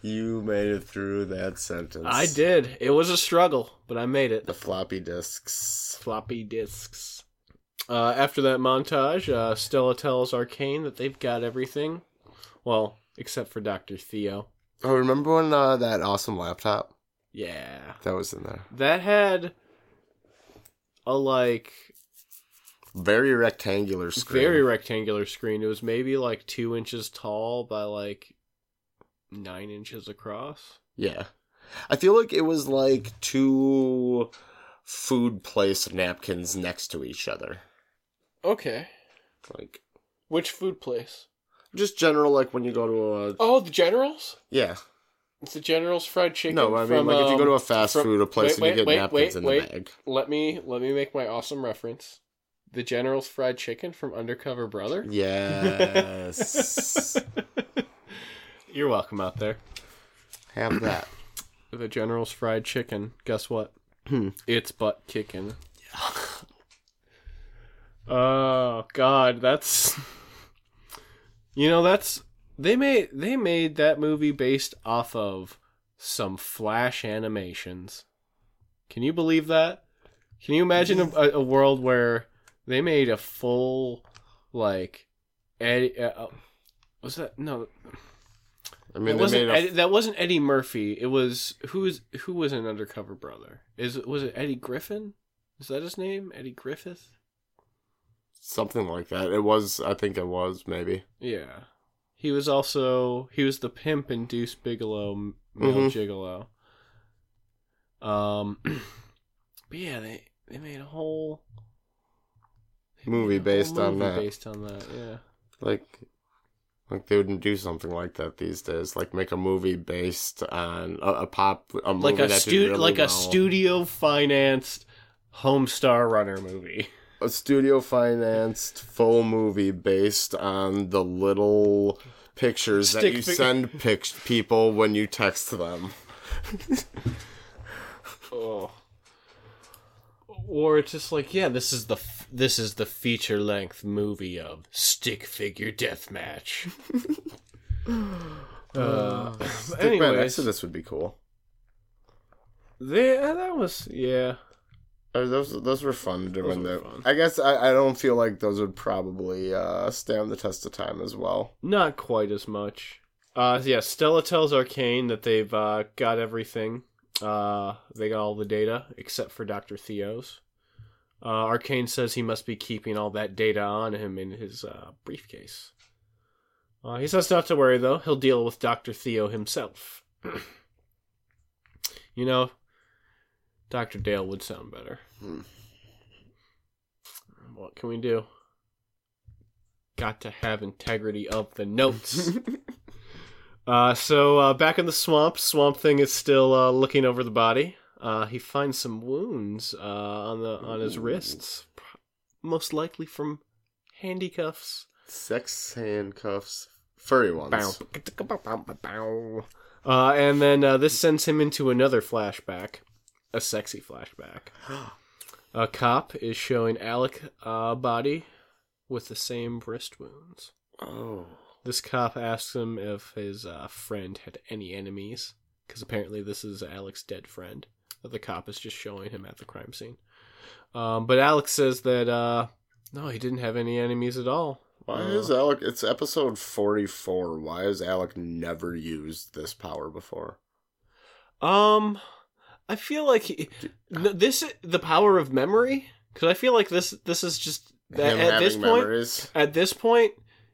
Speaker 2: you made it through that sentence.
Speaker 1: I did. It was a struggle, but I made it.
Speaker 2: The floppy disks.
Speaker 1: floppy disks. Uh, after that montage, uh, Stella tells Arcane that they've got everything. Well, except for Dr. Theo.
Speaker 2: Oh, remember when uh, that awesome laptop
Speaker 1: Yeah.
Speaker 2: that was in there?
Speaker 1: that had a like
Speaker 2: Very rectangular screen.
Speaker 1: very rectangular screen. It was maybe like two inches tall by like nine inches across.
Speaker 2: Yeah. I feel like it was like two food place napkins next to each other.
Speaker 1: Okay.
Speaker 2: Like
Speaker 1: Which food place?
Speaker 2: just general like when you go to a
Speaker 1: Oh, the General's.
Speaker 2: yeah.
Speaker 1: It's the General's fried chicken.
Speaker 2: No, I mean
Speaker 1: from,
Speaker 2: like if you go to a
Speaker 1: um,
Speaker 2: fast
Speaker 1: from-
Speaker 2: food a place
Speaker 1: wait,
Speaker 2: and you get
Speaker 1: wait,
Speaker 2: napkins
Speaker 1: wait,
Speaker 2: in
Speaker 1: wait.
Speaker 2: the bag.
Speaker 1: let me let me make my awesome reference. The General's fried chicken from Undercover Brother. <laughs>
Speaker 2: Yes.
Speaker 1: You're welcome out there.
Speaker 2: Have that.
Speaker 1: The General's fried chicken. Guess what?
Speaker 2: Hmm.
Speaker 1: It's butt kicking. oh God, that's <laughs> you know that's they made they made that movie based off of some flash animations. Can you believe that? Can you imagine a, a- a world where they made a full like ed, uh, uh, was that no
Speaker 2: I
Speaker 1: that
Speaker 2: mean they
Speaker 1: wasn't
Speaker 2: made a
Speaker 1: Eddie, that wasn't Eddie Murphy. It was who is who was an undercover brother? Is was it Eddie Griffin? Is that his name? Eddie Griffith?
Speaker 2: something like that. It was, I think it was maybe.
Speaker 1: Yeah. He was also he was the pimp in Deuce Bigelow M- Male
Speaker 2: Mm-hmm.
Speaker 1: Gigolo. Um <clears throat> but yeah, they they made a whole they made
Speaker 2: Movie
Speaker 1: a whole
Speaker 2: based on
Speaker 1: movie
Speaker 2: that.
Speaker 1: Based on that, yeah.
Speaker 2: Like, like they wouldn't do something like that these days. Like make a movie based on a, a pop, a movie
Speaker 1: Like a
Speaker 2: that did
Speaker 1: stu-
Speaker 2: really
Speaker 1: like
Speaker 2: well.
Speaker 1: a studio financed Homestar Runner movie.
Speaker 2: a studio financed full movie based on the little pictures that
Speaker 1: Stick
Speaker 2: you
Speaker 1: fi-
Speaker 2: send pic- people when you text them.
Speaker 1: Oh. Or it's just like, yeah, this is the f- this is the feature length movie of stick figure deathmatch. <laughs> uh,
Speaker 2: Stick Man
Speaker 1: anyways,
Speaker 2: Exodus would be cool.
Speaker 1: they, uh, that was yeah.
Speaker 2: Uh, Those those were fun to do.
Speaker 1: Those
Speaker 2: when
Speaker 1: were
Speaker 2: they-
Speaker 1: fun.
Speaker 2: I guess I, I don't feel like those would probably uh, stand the test of time as
Speaker 1: <laughs>
Speaker 2: well.
Speaker 1: Not quite as much. Uh, yeah, Stella tells Arcane that they've uh, got everything. Uh, they got all the data except for Doctor Theo's. Uh, Arcane says he must be keeping all that data on him in his uh, briefcase. Uh, he says not to worry though; he'll deal with Doctor Theo himself. <clears throat> you know, Doctor Dale would sound better.
Speaker 2: Hmm.
Speaker 1: What can we do? Got to have integrity of the
Speaker 2: <laughs>
Speaker 1: notes. Uh, so uh, back in the swamp, Swamp Thing is still uh, looking over the body. Uh, he finds some wounds uh, on the on his
Speaker 2: Ooh.
Speaker 1: wrists, p- most likely from handcuffs.
Speaker 2: Sex handcuffs, furry ones.
Speaker 1: Uh, and then uh, this sends him into another flashback, a sexy flashback. A cop is showing Alec uh, body with the same wrist wounds. <gasps>
Speaker 2: Oh,
Speaker 1: This cop asks him if his uh, friend had any enemies, because apparently this is Alec's dead friend that the cop is just showing him at the crime scene. Um, but Alec says that uh, no, he didn't have any enemies at all.
Speaker 2: why
Speaker 1: Uh,
Speaker 2: is Alec? It's episode forty four. Why has Alec never used this power before?
Speaker 1: Um, I feel like he, no, this the power of memory, because I feel like this this is just
Speaker 2: Him
Speaker 1: at this
Speaker 2: having
Speaker 1: point.
Speaker 2: memories.
Speaker 1: At this point,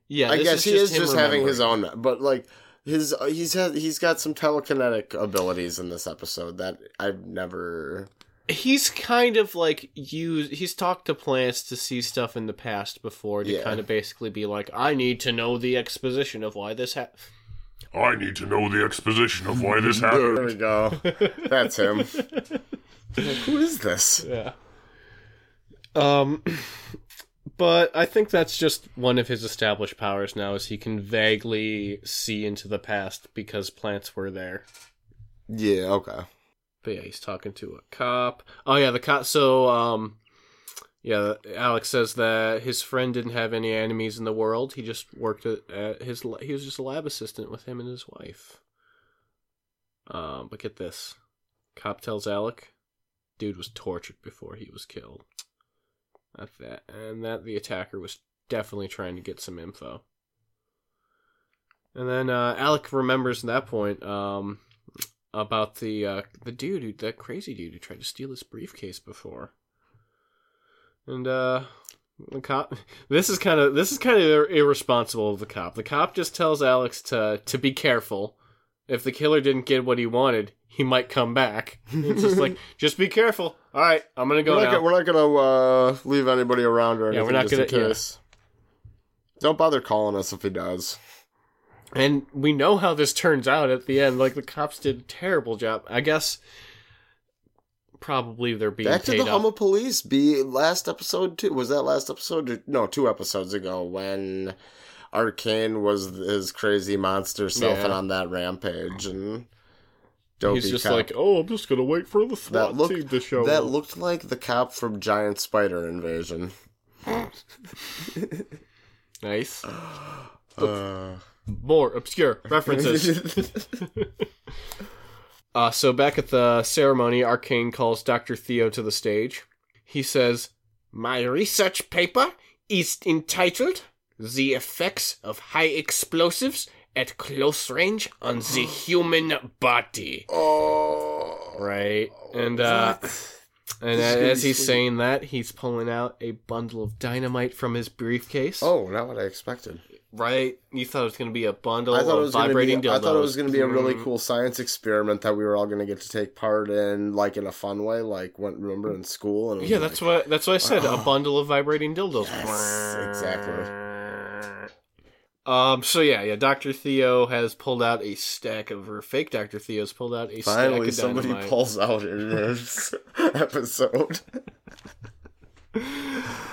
Speaker 1: yeah,
Speaker 2: I
Speaker 1: this
Speaker 2: guess he is
Speaker 1: him
Speaker 2: just having his
Speaker 1: remembering.
Speaker 2: own, but like his uh, he's had he's got some telekinetic abilities in this episode that I've never.
Speaker 1: he's kind of like used he's talked to plants to see stuff in the past before to
Speaker 2: Yeah.
Speaker 1: kind of basically be like i need to know the exposition of why this happened
Speaker 3: I need to know the exposition of why this
Speaker 2: There
Speaker 3: happened.
Speaker 2: we go.
Speaker 1: <laughs>
Speaker 2: That's him. Who is this?
Speaker 1: yeah um <clears throat> but i think that's just one of his established powers now is he can vaguely see into the past because plants were there
Speaker 2: Yeah. Okay.
Speaker 1: But yeah, he's talking to a cop. Oh yeah, the cop. So um, yeah, Alex says that his friend didn't have any enemies in the world. He just worked at, at his. la- He was just a lab assistant with him and his wife. Um, but get this, cop tells Alec, dude was tortured before he was killed. At that, and that the attacker was definitely trying to get some info. And then uh, Alec remembers at that point. Um, about the uh, the dude who that crazy dude who tried to steal his briefcase before. And uh the cop <laughs> this is kind of this is kind of irresponsible of the cop. The cop just tells Alex to to be careful. If the killer didn't get what he wanted, he might come back. It's just
Speaker 2: <laughs>
Speaker 1: like just be careful. All right, I'm going to go
Speaker 2: We're not,
Speaker 1: now.
Speaker 2: gonna, we're not gonna uh, leave anybody around or anything.
Speaker 1: Yeah, we're not
Speaker 2: just in
Speaker 1: gonna- yeah.
Speaker 2: case. Don't bother calling us if he does.
Speaker 1: And we know how this turns out at the end. Like the cops did a terrible job. I guess probably they're being
Speaker 2: Back to
Speaker 1: paid
Speaker 2: the
Speaker 1: off.
Speaker 2: home of police. Be last episode too. Was that last episode? Or- No, two episodes ago when Arcane was his crazy monster self
Speaker 1: Yeah.
Speaker 2: and on that rampage and dopey
Speaker 1: He's just
Speaker 2: cop.
Speaker 1: like, "Oh, I'm just going to wait for the SWAT
Speaker 2: that looked
Speaker 1: team to show
Speaker 2: that
Speaker 1: up."
Speaker 2: looked like the cop from Giant Spider Invasion.
Speaker 1: Nice.
Speaker 2: Uh,
Speaker 1: More
Speaker 2: <laughs>
Speaker 1: obscure references. uh, so back at the ceremony, Arcane calls Dr. Theo to the stage. He says, My research paper is entitled The Effects of High Explosives at Close Range on
Speaker 2: <gasps>
Speaker 1: the Human Body.
Speaker 2: oh,
Speaker 1: Right. And uh, And
Speaker 2: This is gonna
Speaker 1: as
Speaker 2: be
Speaker 1: he's
Speaker 2: sweet.
Speaker 1: saying that, he's pulling out a bundle of dynamite from his briefcase.
Speaker 2: Oh, not what I expected.
Speaker 1: right! You thought it was going to be a bundle
Speaker 2: I thought, it
Speaker 1: of
Speaker 2: was gonna be,
Speaker 1: vibrating dildos.
Speaker 2: I thought it was going to be a really
Speaker 1: Mm.
Speaker 2: cool science experiment that we were all going to get to take part in, like in a fun way, like when remember in school. And it was
Speaker 1: Mm. Yeah,
Speaker 2: like-
Speaker 1: that's what that's what I said.
Speaker 2: <laughs>
Speaker 1: A bundle of vibrating dildos.
Speaker 2: Yes, exactly.
Speaker 1: Um. So yeah, yeah. Doctor Theo has pulled out a stack of her fake Doctor Theo's pulled out a stack
Speaker 2: Finally,
Speaker 1: of
Speaker 2: somebody
Speaker 1: dynamite.
Speaker 2: pulls out
Speaker 1: <laughs>
Speaker 2: in this episode.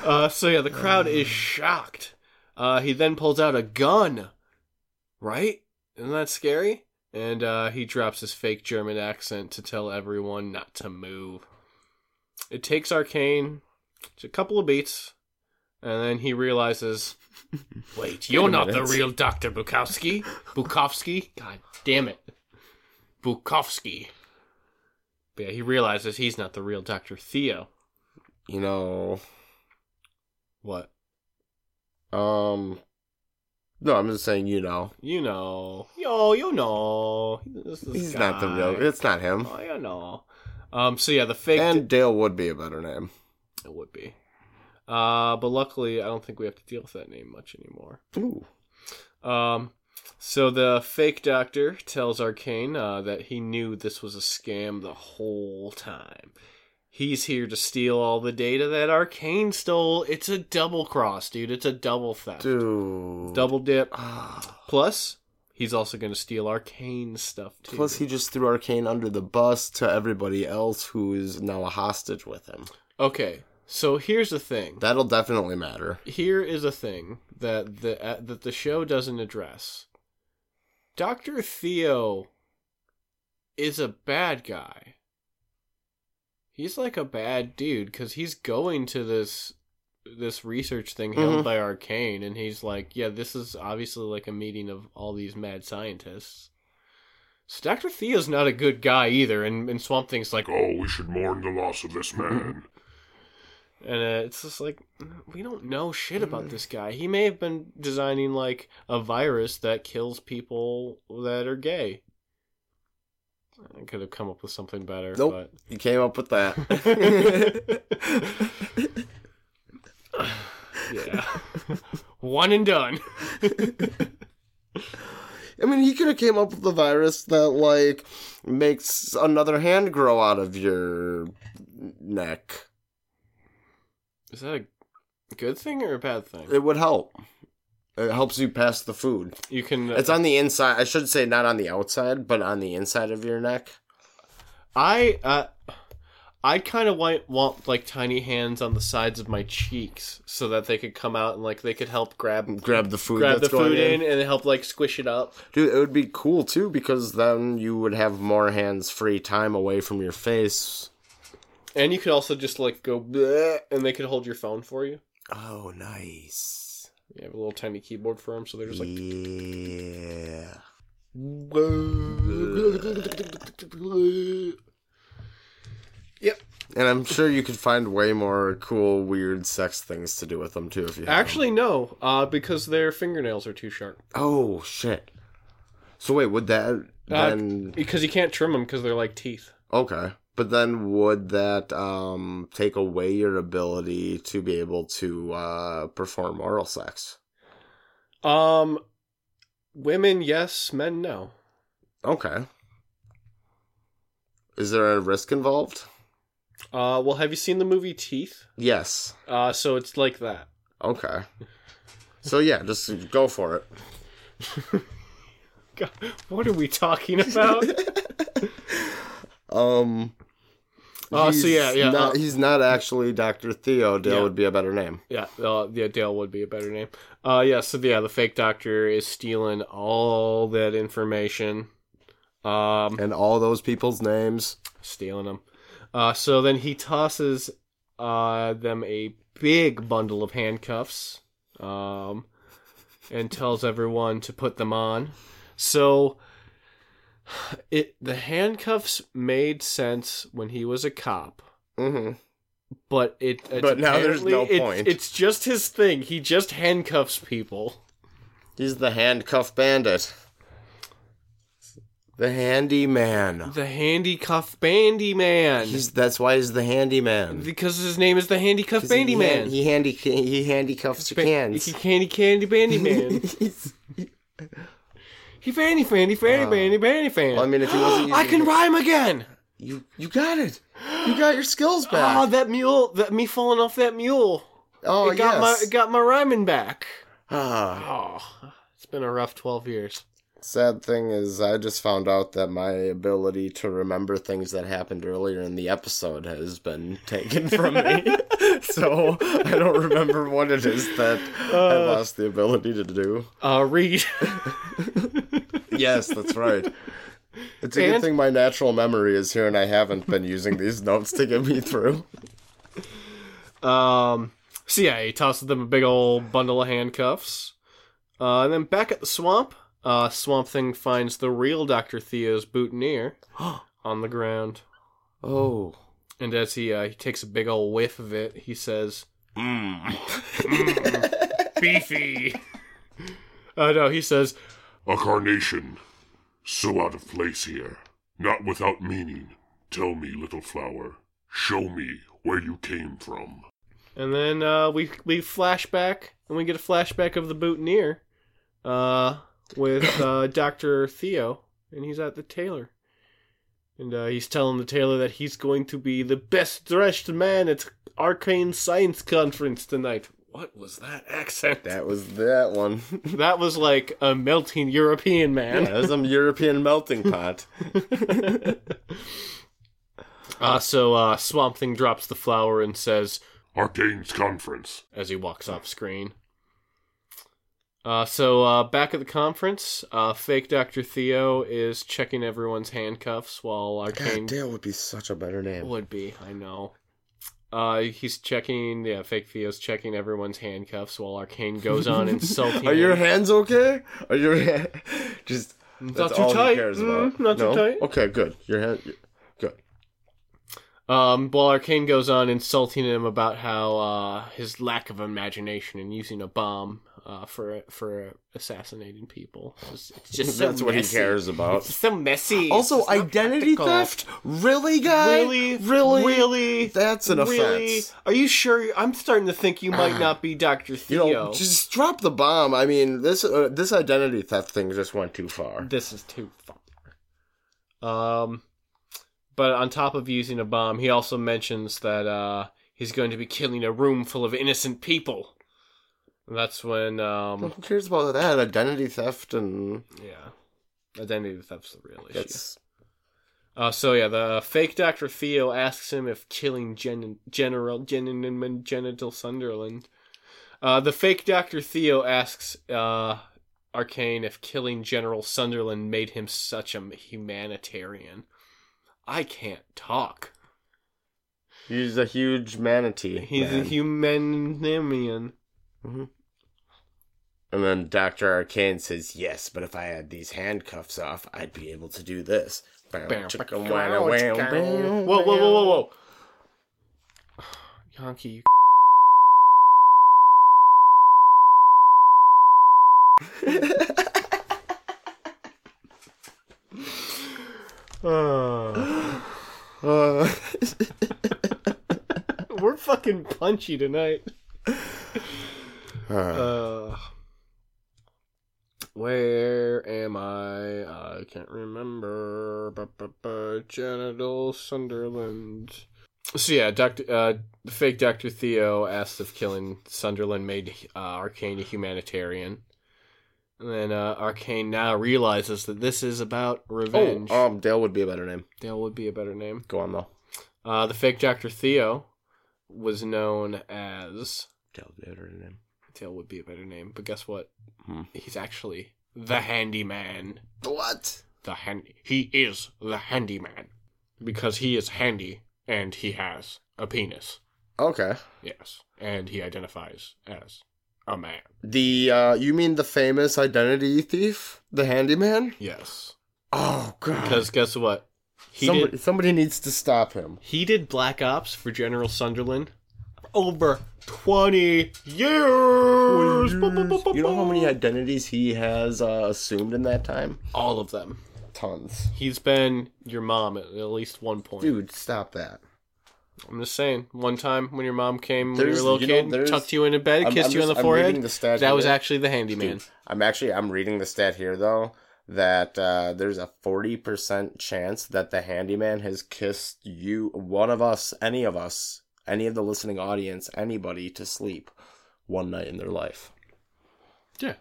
Speaker 1: uh. So yeah, the crowd is shocked. Uh. He then pulls out a gun. Right? Isn't that scary? And uh, he drops his fake German accent to tell everyone not to move. It takes Arcane it's a couple of beats, and then he <laughs> realizes, wait, you're not the
Speaker 2: minute.
Speaker 1: real Dr. Bukowski. Bukowski? God damn it. Bukowski. But yeah, he realizes he's not the real Dr. Theo.
Speaker 2: You know,
Speaker 1: What?
Speaker 2: um, no, I'm just saying, you know,
Speaker 1: You know. Yo, you know. This is
Speaker 2: he's not the
Speaker 1: guy.
Speaker 2: real. It's not him.
Speaker 1: Oh, you know. Um, so yeah, the fake.
Speaker 2: And Dale would be a better name.
Speaker 1: It would be. Uh, but luckily, I don't think we have to deal with that name much anymore.
Speaker 2: Ooh.
Speaker 1: Um, so the fake doctor tells Arcane uh, that he knew this was a scam the whole time. He's here to steal all the data that Arcane stole. It's a double cross, dude. It's a double theft.
Speaker 2: Dude.
Speaker 1: Double dip.
Speaker 2: Ah.
Speaker 1: Plus, he's also going to steal Arcane stuff too.
Speaker 2: Plus, he just threw Arcane under the bus to everybody else who is now a hostage with him.
Speaker 1: okay. So here's the thing.
Speaker 2: That'll definitely matter.
Speaker 1: here is a thing that the uh, that the show doesn't address. Doctor Theo is a bad guy. He's like a bad dude because he's going to this this research thing held
Speaker 2: Mhm.
Speaker 1: by Arcane, and he's like, "Yeah, this is obviously like a meeting of all these mad scientists." So Doctor Theo's not a good guy either, and, and Swamp Thing's like,
Speaker 3: Oh, we should mourn the loss of this man.
Speaker 1: And uh, it's just like we don't know shit about this guy. He may have been designing like a virus that kills people that are gay. I could have come up with something better,
Speaker 2: <laughs> Nope. You came up
Speaker 1: <laughs>
Speaker 2: with that.
Speaker 1: but <laughs> yeah, one and done. <laughs>
Speaker 2: I mean, he could have came up with a virus that like makes another hand grow out of your neck.
Speaker 1: Is that a good thing or a bad thing?
Speaker 2: It would help. It helps you pass the food.
Speaker 1: You can. uh,
Speaker 2: It's on the inside. I should say not on the outside, but on the inside of your neck.
Speaker 1: I uh, I kind of want, want like tiny hands on the sides of my cheeks so that they could come out and like they could help grab
Speaker 2: Grab the food.
Speaker 1: grab
Speaker 2: that's
Speaker 1: the food
Speaker 2: going
Speaker 1: in, and help like squish it up.
Speaker 2: Dude, it would be cool too because then you would have more hands free time away from your face.
Speaker 1: And you could also just like go bleh, and they could hold your phone for you.
Speaker 2: Oh, nice.
Speaker 1: You have a little tiny keyboard for them, so they're just like.
Speaker 2: yeah.
Speaker 1: Yep.
Speaker 2: And I'm sure you could find way more cool, weird sex things to do with them too if you had them.
Speaker 1: Actually, no, uh, because their fingernails are too sharp.
Speaker 2: Oh shit. So wait, would that
Speaker 1: Uh,
Speaker 2: then
Speaker 1: Because you can't trim them because they're like teeth.
Speaker 2: okay? But then would that um take away your ability to be able to uh perform oral sex?
Speaker 1: Um, women, yes. Men, no.
Speaker 2: Okay. Is there a risk involved?
Speaker 1: Uh, well, have you seen the movie Teeth?
Speaker 2: Yes.
Speaker 1: Uh, so it's like that.
Speaker 2: Okay. So yeah, just go for it.
Speaker 1: God, what are we talking <laughs> about?
Speaker 2: <laughs> Um.
Speaker 1: Oh, so
Speaker 2: he's
Speaker 1: yeah, yeah,
Speaker 2: Not,
Speaker 1: uh,
Speaker 2: he's not actually Doctor Theo. Dale
Speaker 1: Yeah.
Speaker 2: would be a better name.
Speaker 1: Yeah, uh, yeah, Dale would be a better name. Uh, yeah, so yeah, the fake doctor is stealing all that information, um,
Speaker 2: And all those people's names.
Speaker 1: stealing them. Uh, so then he tosses uh, them a big bundle of handcuffs, um, and tells everyone to put them on. So it the handcuffs made sense when he was a cop
Speaker 2: Mm-hmm.
Speaker 1: but it it's
Speaker 2: But now there's no
Speaker 1: apparently- it-
Speaker 2: point.
Speaker 1: It's just his thing. He just handcuffs people.
Speaker 2: He's the handcuff bandit. The handyman.
Speaker 1: The Handicuff Bandy Man.
Speaker 2: He's that's why he's the handyman.
Speaker 1: because his name is the Handicuff
Speaker 2: 'Cause
Speaker 1: Bandy
Speaker 2: he,
Speaker 1: Man.
Speaker 2: He handy he handcuffs your cans.
Speaker 1: He candy candy bandy
Speaker 2: <laughs>
Speaker 1: man. <laughs> he fanny fanny fanny bandy bandy fan.
Speaker 2: Well, I mean, if he
Speaker 1: <gasps>
Speaker 2: wasn't
Speaker 1: I
Speaker 2: using
Speaker 1: can
Speaker 2: the-
Speaker 1: rhyme again.
Speaker 2: you you got it. You got your skills back.
Speaker 1: Ah, that mule, that me falling off that mule.
Speaker 2: oh
Speaker 1: it got
Speaker 2: yes.
Speaker 1: my it got my rhyming back.
Speaker 2: Ah.
Speaker 1: Oh, it's been a rough twelve years.
Speaker 2: Sad thing is, I just found out that my ability to remember things that happened earlier in the episode has been <laughs> taken from me. <laughs> so I don't remember what it is that I
Speaker 1: Uh.
Speaker 2: lost the ability to do.
Speaker 1: Uh, read.
Speaker 2: Yes, that's right. It's a good
Speaker 1: And-
Speaker 2: thing my natural memory is here and I haven't been using these notes to get me through.
Speaker 1: <laughs> Um, so yeah, he tosses them a big old bundle of handcuffs. Uh, and then back at the swamp, uh, Swamp Thing finds the real Dr. Theo's
Speaker 2: <gasps>
Speaker 1: boutonniere on the ground.
Speaker 2: Oh.
Speaker 1: And as he, uh, he takes a big old whiff of it, he says,
Speaker 2: Mm. <laughs>
Speaker 1: Beefy! Oh, no, he says,
Speaker 3: A carnation. So out of place here. Not without meaning. Tell me, little flower. Show me where you came from.
Speaker 1: and then uh, we, we flash back, and we get a flashback of the boutonniere uh, with uh, Dr. Theo, and he's at the tailor. And uh, he's telling the tailor that he's going to be the best dressed man at Arcane Science Conference tonight. What was that accent?
Speaker 2: That was that one.
Speaker 1: <laughs> That was like a melting European man.
Speaker 2: that was some European melting pot.
Speaker 1: <laughs> Uh, so uh, Swamp Thing drops the flower and says,
Speaker 3: Arcane's conference.
Speaker 1: as he walks off screen. Uh, so uh, back at the conference, uh, fake Dr. Theo is checking everyone's handcuffs while Arcane
Speaker 2: Dale would be such a better name.
Speaker 1: would be, I know. Uh, he's checking, yeah, fake Theo's checking everyone's handcuffs while Arcane goes on
Speaker 2: <laughs>
Speaker 1: insulting
Speaker 2: Are your
Speaker 1: him.
Speaker 2: hands okay? Are your ha- just
Speaker 1: Not
Speaker 2: that's
Speaker 1: too
Speaker 2: all
Speaker 1: tight.
Speaker 2: he cares
Speaker 1: Mm,
Speaker 2: about.
Speaker 1: not too
Speaker 2: No?
Speaker 1: tight.
Speaker 2: Okay, good. Your hand, good.
Speaker 1: Um, while Arcane goes on insulting him about how uh, his lack of imagination and using a bomb uh, for for assassinating people. It's, it's just so
Speaker 2: that's what he
Speaker 1: messy.
Speaker 2: cares about.
Speaker 1: It's so messy. It's
Speaker 2: Also,
Speaker 1: just not
Speaker 2: identity
Speaker 1: practical.
Speaker 2: theft. Really, guy?
Speaker 1: Really,
Speaker 2: really,
Speaker 1: really.
Speaker 2: That's an
Speaker 1: really?
Speaker 2: offense.
Speaker 1: Are you sure? I'm starting to think you might not be Doctor
Speaker 2: <sighs> You
Speaker 1: Theo.
Speaker 2: know, just drop the bomb. I mean, this uh, this identity theft thing just went too far.
Speaker 1: This is too far. Um, but on top of using a bomb, he also mentions that uh, he's going to be killing a room full of innocent people. And that's when,
Speaker 2: <laughs>
Speaker 1: um,
Speaker 2: Who cares about that? Identity theft and
Speaker 1: yeah, identity theft's the real issue.
Speaker 2: that's
Speaker 1: Uh, so yeah, the fake Doctor Theo asks him if killing Gen- General Gen- Genital Sunderland. Uh, the fake Doctor Theo asks uh, Arcane if killing General Sunderland made him such a humanitarian. I can't talk.
Speaker 2: he's a huge manatee.
Speaker 1: He's a
Speaker 2: man.
Speaker 1: humanitarian.
Speaker 2: And then Dr. Arcane says, Yes, but if I had these handcuffs off, I'd be able to do this. Whoa,
Speaker 1: Bam,
Speaker 2: whoa,
Speaker 1: Whoa, whoa, whoa, whoa, whoa. Yonky, you
Speaker 2: Uh,
Speaker 1: <laughs> We're fucking punchy tonight.
Speaker 2: uh,
Speaker 1: Uh, where am I? I can't remember. Ba-ba-ba. Genital Sunderland. So yeah, Doctor, uh, the fake Doctor Theo asks if killing Sunderland made uh, Arcane a humanitarian, and then uh, Arcane now realizes that this is about
Speaker 2: oh,
Speaker 1: revenge.
Speaker 2: um, Dale would be a better name.
Speaker 1: Dale would be a better name.
Speaker 2: Go on, though.
Speaker 1: Uh, the fake Doctor Theo was known as
Speaker 2: Dale would be a better name.
Speaker 1: Dale would be a better name, but guess what?
Speaker 2: Hmm.
Speaker 1: He's actually the handyman.
Speaker 2: What?
Speaker 1: The handy. He is the handyman because he is handy and he has a penis.
Speaker 2: Okay.
Speaker 1: Yes, and he identifies as a man.
Speaker 2: The, uh, you mean the famous identity thief? The handyman?
Speaker 1: Yes,
Speaker 2: Oh, God.
Speaker 1: because guess what? He
Speaker 2: somebody,
Speaker 1: did.
Speaker 2: somebody needs to stop him.
Speaker 1: He did Black Ops for General Sunderland. Over twenty years.
Speaker 2: You know how many identities he has uh, assumed in that time?
Speaker 1: All of them.
Speaker 2: tons.
Speaker 1: He's been your mom at, at least one point.
Speaker 2: Dude, stop that.
Speaker 1: I'm just saying. One time when your mom came when you were
Speaker 2: There's-
Speaker 1: a little
Speaker 2: you know,
Speaker 1: kid,
Speaker 2: there's-
Speaker 1: tucked you into bed,
Speaker 2: I'm-
Speaker 1: kissed
Speaker 2: I'm
Speaker 1: you on
Speaker 2: just-
Speaker 1: the
Speaker 2: I'm
Speaker 1: forehead.
Speaker 2: reading the stat
Speaker 1: that was
Speaker 2: here.
Speaker 1: actually the handyman.
Speaker 2: I'm actually I'm reading the stat here though that uh, there's a forty percent chance that the handyman has kissed you, one of us, any of us, any of the listening audience, anybody to sleep one night in their life.
Speaker 1: Yeah.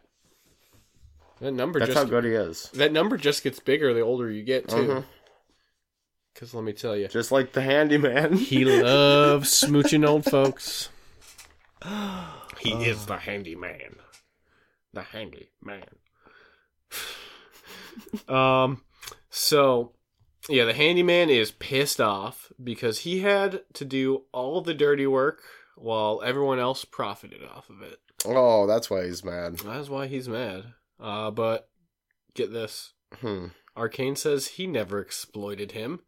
Speaker 1: That number
Speaker 2: That's
Speaker 1: just
Speaker 2: how good he is.
Speaker 1: that number just gets bigger the older you get too.
Speaker 2: Mhm.
Speaker 1: Because let me tell you,
Speaker 2: Just like the handyman.
Speaker 1: he loves smooching old folks. He is the handyman. The handyman. <sighs> um, so yeah, the handyman is pissed off because he had to do all the dirty work while everyone else profited off of it.
Speaker 2: oh, that's why he's mad.
Speaker 1: That's why he's mad. Uh, but get this.
Speaker 2: Hmm.
Speaker 1: Arcane says he never exploited him,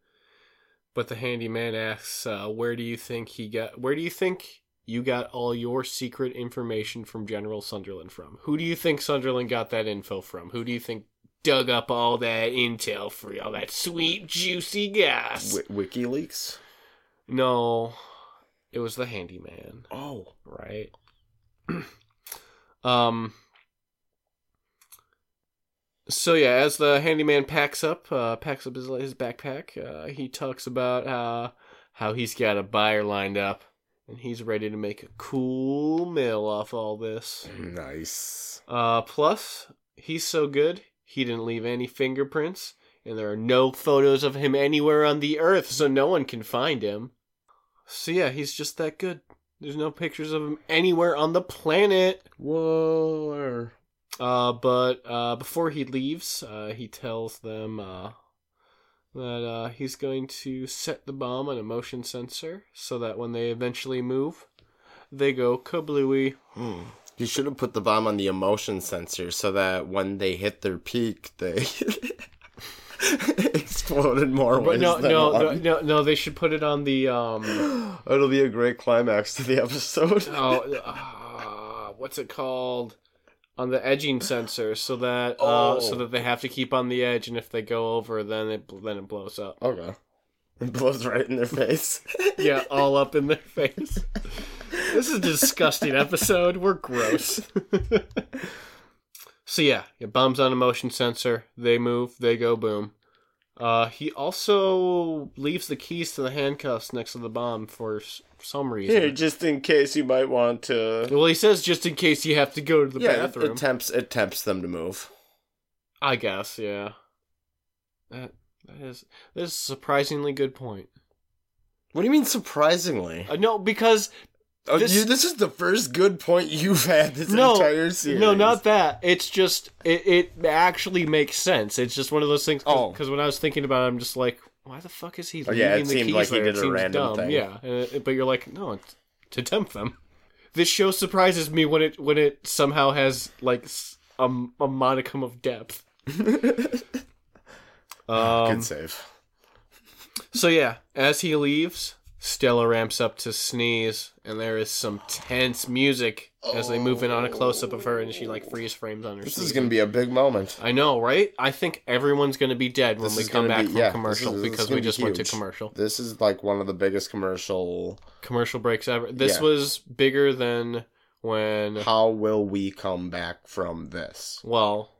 Speaker 1: but the handyman asks, uh, "Where do you think he got? Where do you think you got all your secret information from General Sunderland from? Who do you think Sunderland got that info from? Who do you think dug up all that intel for you, all that sweet juicy gas?"
Speaker 2: Wi WikiLeaks.
Speaker 1: no, it was the handyman,
Speaker 2: Oh,
Speaker 1: right? <clears throat> um. So yeah, as the handyman packs up, uh, packs up his his backpack, uh, he talks about uh, how he's got a buyer lined up, and he's ready to make a cool mill off all this.
Speaker 2: nice.
Speaker 1: Uh, plus, he's so good, he didn't leave any fingerprints, and there are no photos of him anywhere on the earth, so no one can find him. So yeah, he's just that good. There's no pictures of him anywhere on the planet.
Speaker 2: Whoa.
Speaker 1: Uh, but uh, before he leaves, uh, he tells them uh, that uh, he's going to set the bomb on a motion sensor so that when they eventually move, they go kablooey.
Speaker 2: Mm. You should have put the bomb on the emotion sensor so that when they hit their peak, they <laughs> exploded more
Speaker 1: But
Speaker 2: ways
Speaker 1: no,
Speaker 2: than
Speaker 1: no, no,
Speaker 2: one.
Speaker 1: no, no, they should put it on the um.
Speaker 2: <gasps> It'll be a great climax to the
Speaker 1: <laughs>
Speaker 2: episode.
Speaker 1: Oh, uh, what's it called? On the edging sensor, so that uh,
Speaker 2: <laughs> Oh.
Speaker 1: so that they have to keep on the edge, and if they go over, then it bl- then it blows up.
Speaker 2: Okay. It blows right in their face.
Speaker 1: <laughs> yeah, all up in their face. This is a disgusting episode. We're gross. so yeah, it bombs on a motion sensor. They move. They go boom. Uh, he also leaves the keys to the handcuffs next to the bomb for s- some reason.
Speaker 2: <laughs> Here, just in case you might want to.
Speaker 1: well, he says just in case you have to go to the
Speaker 2: Yeah, it,
Speaker 1: bathroom.
Speaker 2: it tempts it tempts them to move.
Speaker 1: I guess, yeah. That that is that is a surprisingly good point.
Speaker 2: What do you mean, surprisingly?
Speaker 1: Uh, no,
Speaker 2: <laughs>
Speaker 1: because
Speaker 2: Oh,
Speaker 1: Uh, this-
Speaker 2: you, this is the first good point you've had this
Speaker 1: no,
Speaker 2: entire series.
Speaker 1: no, not that. It's just it, it actually makes sense. It's just one of those things.
Speaker 2: Oh.
Speaker 1: because when I was thinking about it, I'm just like, why the fuck is he
Speaker 2: Oh,
Speaker 1: leaving
Speaker 2: yeah, it
Speaker 1: the
Speaker 2: seemed
Speaker 1: keys
Speaker 2: like he
Speaker 1: there?
Speaker 2: did
Speaker 1: it
Speaker 2: a
Speaker 1: seems
Speaker 2: random
Speaker 1: dumb.
Speaker 2: thing.
Speaker 1: Yeah, uh, but you're like, no, it's to tempt them. This show surprises me when it when it somehow has like s- a, a modicum of
Speaker 2: <laughs>
Speaker 1: depth. um,
Speaker 2: Good save.
Speaker 1: So yeah, as he leaves, Stella ramps up to sneeze, and there is some tense music as they move in on a close up of her, and she like freeze frames on her.
Speaker 2: This is
Speaker 1: sneeze.
Speaker 2: gonna be a big moment.
Speaker 1: I know, right? I think everyone's gonna be dead when
Speaker 2: This
Speaker 1: we
Speaker 2: is
Speaker 1: come
Speaker 2: gonna
Speaker 1: back
Speaker 2: be-
Speaker 1: from
Speaker 2: yeah, this
Speaker 1: commercial
Speaker 2: is- this is
Speaker 1: because
Speaker 2: gonna
Speaker 1: we
Speaker 2: be
Speaker 1: just went to
Speaker 2: huge.
Speaker 1: commercial.
Speaker 2: This is like one of the biggest commercial.
Speaker 1: Commercial breaks ever. This
Speaker 2: Yeah.
Speaker 1: was bigger than when.
Speaker 2: How will we come back from this?
Speaker 1: Well,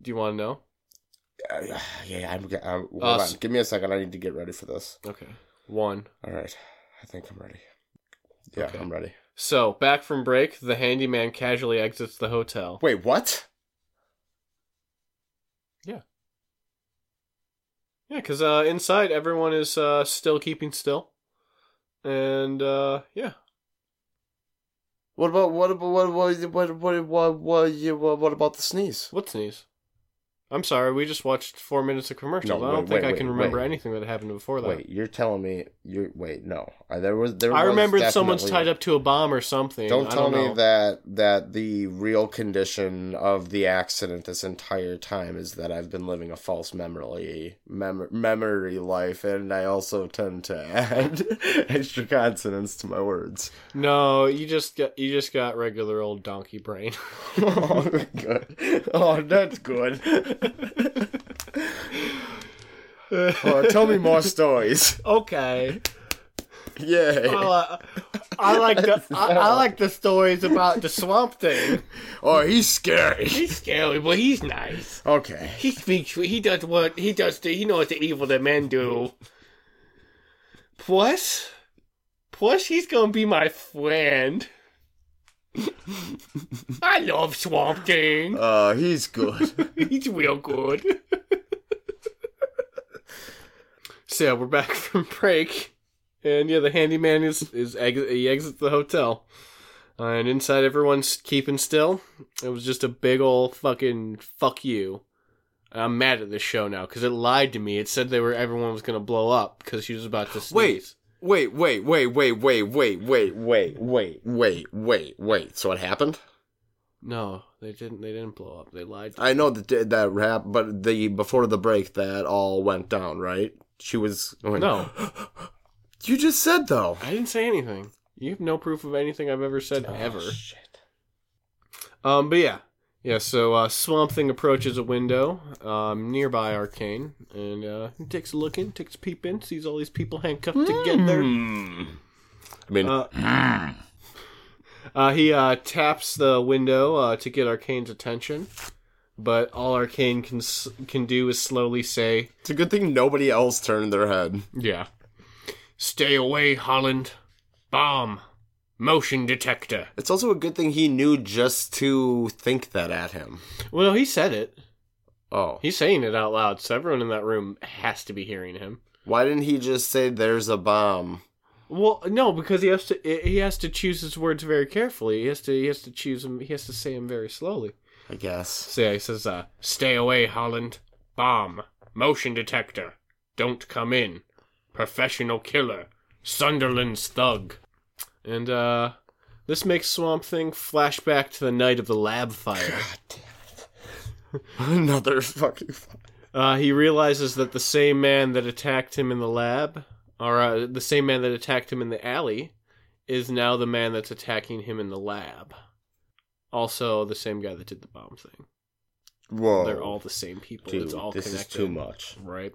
Speaker 1: do you want to know?
Speaker 2: Uh, yeah, I'm. I'm hold
Speaker 1: Uh,
Speaker 2: on.
Speaker 1: s-
Speaker 2: Give me a second. I need to get ready for this.
Speaker 1: Okay, one.
Speaker 2: All right, I think I'm ready. Yeah,
Speaker 1: Okay.
Speaker 2: I'm ready.
Speaker 1: So back from break, the handyman casually exits the hotel.
Speaker 2: Wait, what?
Speaker 1: Yeah, because uh, inside everyone is uh, still keeping still, and uh, yeah,
Speaker 2: What about what about what what what what what what, you- what, what about the sneeze?
Speaker 1: what sneeze? I'm sorry, we just watched four minutes of commercials.
Speaker 2: No,
Speaker 1: I don't
Speaker 2: wait,
Speaker 1: think
Speaker 2: wait,
Speaker 1: I can
Speaker 2: wait,
Speaker 1: remember
Speaker 2: wait.
Speaker 1: anything that happened before that.
Speaker 2: Wait, you're telling me you wait? No, I, there was there.
Speaker 1: I
Speaker 2: was
Speaker 1: remembered someone's
Speaker 2: definitely-
Speaker 1: tied up to a bomb or something.
Speaker 2: Don't
Speaker 1: I
Speaker 2: tell
Speaker 1: don't
Speaker 2: me
Speaker 1: know.
Speaker 2: that that the real condition of the accident this entire time is that I've been living a false memory mem- memory life, and I also tend to add <laughs> extra consonants to my <laughs> words.
Speaker 1: No, you just got you just got regular old donkey brain.
Speaker 2: oh, good. Oh, that's good. Uh, tell me more stories.
Speaker 1: <laughs> Okay.
Speaker 2: Yay.
Speaker 1: Well, uh, I like the I,
Speaker 2: <laughs>
Speaker 1: I like the stories about the swamp thing.
Speaker 2: oh, he's scary.
Speaker 1: He's scary, but he's nice.
Speaker 2: Okay.
Speaker 1: He speaks. He does what he does. The, he knows the evil that men do. Plus, plus he's gonna be my friend. <laughs> I love Swamp Thing.
Speaker 2: Uh, he's good.
Speaker 1: <laughs> He's real good. <laughs> so yeah, we're back <laughs> from break, and yeah, the handyman is is ex- he exits the hotel, uh, and inside everyone's keeping still. It was just a big old fucking fuck you. And I'm mad at this show now because it lied to me. It said they were everyone was gonna blow up because she was about to sneeze.
Speaker 2: Wait. <laughs> Wait, wait, wait, wait, wait, wait, wait, wait, wait, wait, wait, wait. So what happened?
Speaker 1: no, they didn't. They didn't blow up. They lied. To
Speaker 2: I know that that rap, but the before the break that all went down, right? She was going,
Speaker 1: No,
Speaker 2: <gasps> You just said though.
Speaker 1: I didn't say anything. You have no proof of anything I've ever said ever. Um, but yeah, yeah. So uh, Swamp Thing approaches a window um, nearby Arcane and uh, takes a look in, takes a peep in, sees all these people handcuffed together.
Speaker 2: I mean,
Speaker 1: Uh, Uh, he uh, taps the window uh, to get Arcane's attention, but all Arcane can s- can do is slowly say,
Speaker 2: it's a good thing nobody else turned their head.
Speaker 1: "Yeah, stay away, Holland. Bomb, motion detector."
Speaker 2: It's also a good thing he knew just to think that at him.
Speaker 1: Well, no, he said it.
Speaker 2: Oh,
Speaker 1: He's saying it out loud, so everyone in that room has to be hearing him.
Speaker 2: why didn't he just say there's a bomb?
Speaker 1: Well, no, because he has to he has to choose his words very carefully. He has to he has to choose them. He has to say them very slowly.
Speaker 2: I guess.
Speaker 1: So yeah, he says, uh, "Stay away, Holland. Bomb. Motion detector. Don't come in. Professional killer. Sunderland's thug." And uh, this makes Swamp Thing flashback to the night of the lab fire.
Speaker 2: <laughs> Another fucking.
Speaker 1: Uh, he realizes that the same man that attacked him in the lab, or uh, the same man that attacked him in the alley, is now the man that's attacking him in the lab. Also, the same guy that did the bomb thing.
Speaker 2: Whoa.
Speaker 1: They're all the same people. it's all
Speaker 2: Oh, this
Speaker 1: connected.
Speaker 2: is too much.
Speaker 1: Right.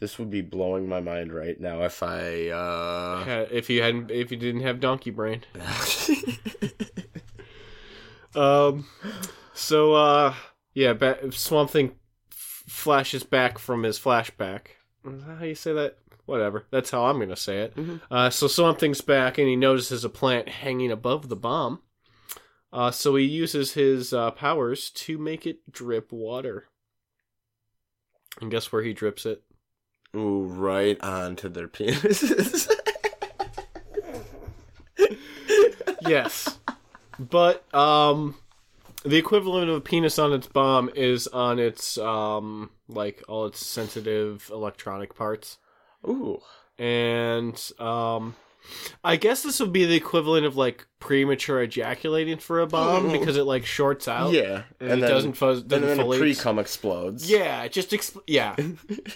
Speaker 2: This would be blowing my mind right now if I. uh...
Speaker 1: Ha- If you hadn't, if you didn't have donkey brain.
Speaker 2: <laughs>
Speaker 1: <laughs> Um. So, uh, yeah, ba- Swamp Thing f- flashes back from his flashback. Is that how you say that? Whatever. That's how I'm gonna say it.
Speaker 2: Mhm.
Speaker 1: Uh, so Swamp Thing's back, and he notices a plant hanging above the bomb. Uh, so he uses his uh, powers to make it drip water. And guess where he drips it?
Speaker 2: Ooh, right onto
Speaker 1: <laughs>
Speaker 2: their penises.
Speaker 1: yes. But um the equivalent of a penis on its bomb is on its um like all its sensitive electronic parts.
Speaker 2: Ooh.
Speaker 1: And um I guess this would be the equivalent of like premature ejaculating for a bomb because it like shorts out.
Speaker 2: Mm-hmm. Yeah.
Speaker 1: And, it doesn't fuzz
Speaker 2: And
Speaker 1: doesn't
Speaker 2: then a
Speaker 1: fillate.
Speaker 2: pre cum explodes.
Speaker 1: Yeah, just expl-
Speaker 2: <laughs>
Speaker 1: yeah.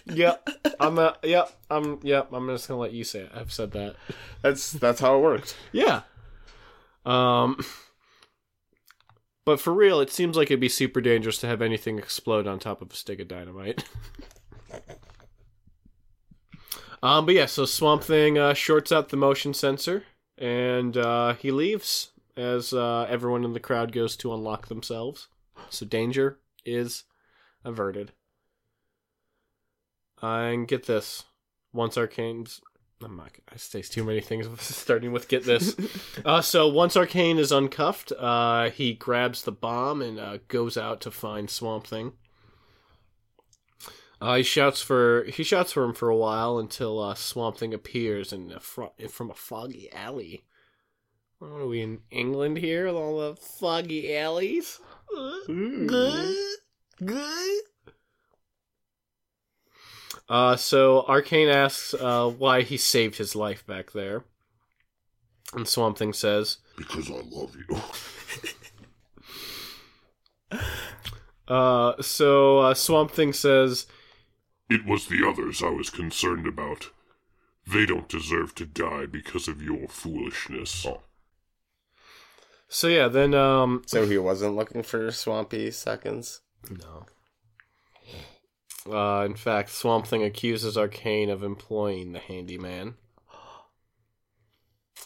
Speaker 1: yep. I'm uh, yep, I'm yep, I'm just going to let you say it. I've said that.
Speaker 2: That's that's how it worked.
Speaker 1: Yeah. Um but for real, it seems like it'd be super dangerous to have anything explode on top of a stick of dynamite. <laughs> um but yeah, so Swamp Thing uh, shorts out the motion sensor and uh, he leaves as uh, everyone in the crowd goes to unlock themselves. So danger is averted. and get this. Once Arcane's I'm not. I say too many things. <laughs> Starting with get this. uh, so once Arcane is uncuffed, uh, he grabs the bomb and uh, goes out to find Swamp Thing. Uh, he shouts for he shouts for him for a while until uh, Swamp Thing appears in a fro- from a foggy alley. What are we in England here? With all the foggy alleys.
Speaker 2: Good.
Speaker 1: Uh, so Arcane asks uh, why he saved his life back there, and Swamp Thing says,
Speaker 3: Because I love you.
Speaker 1: Uh, so uh, Swamp Thing says,
Speaker 3: It was the others I was concerned about. They don't deserve to die because of your foolishness.
Speaker 1: so yeah, then um
Speaker 2: So he wasn't looking for swampy seconds.
Speaker 1: no. Uh, in fact, Swamp Thing accuses Arcane of employing the handyman.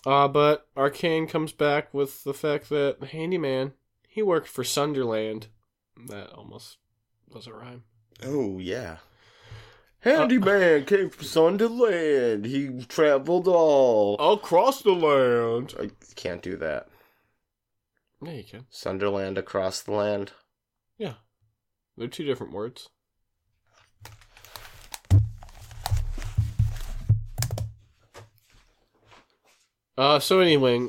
Speaker 1: Uh, but Arcane comes back with the fact that the handyman, he worked for Sunderland. That almost was a rhyme.
Speaker 2: Oh yeah.
Speaker 1: Uh,
Speaker 2: Handyman came from Sunderland. He traveled all.
Speaker 1: Oh. Across the land!
Speaker 2: I can't do that.
Speaker 1: Yeah, you can.
Speaker 2: Sunderland across the land.
Speaker 1: They're two different words. Uh, so anyway,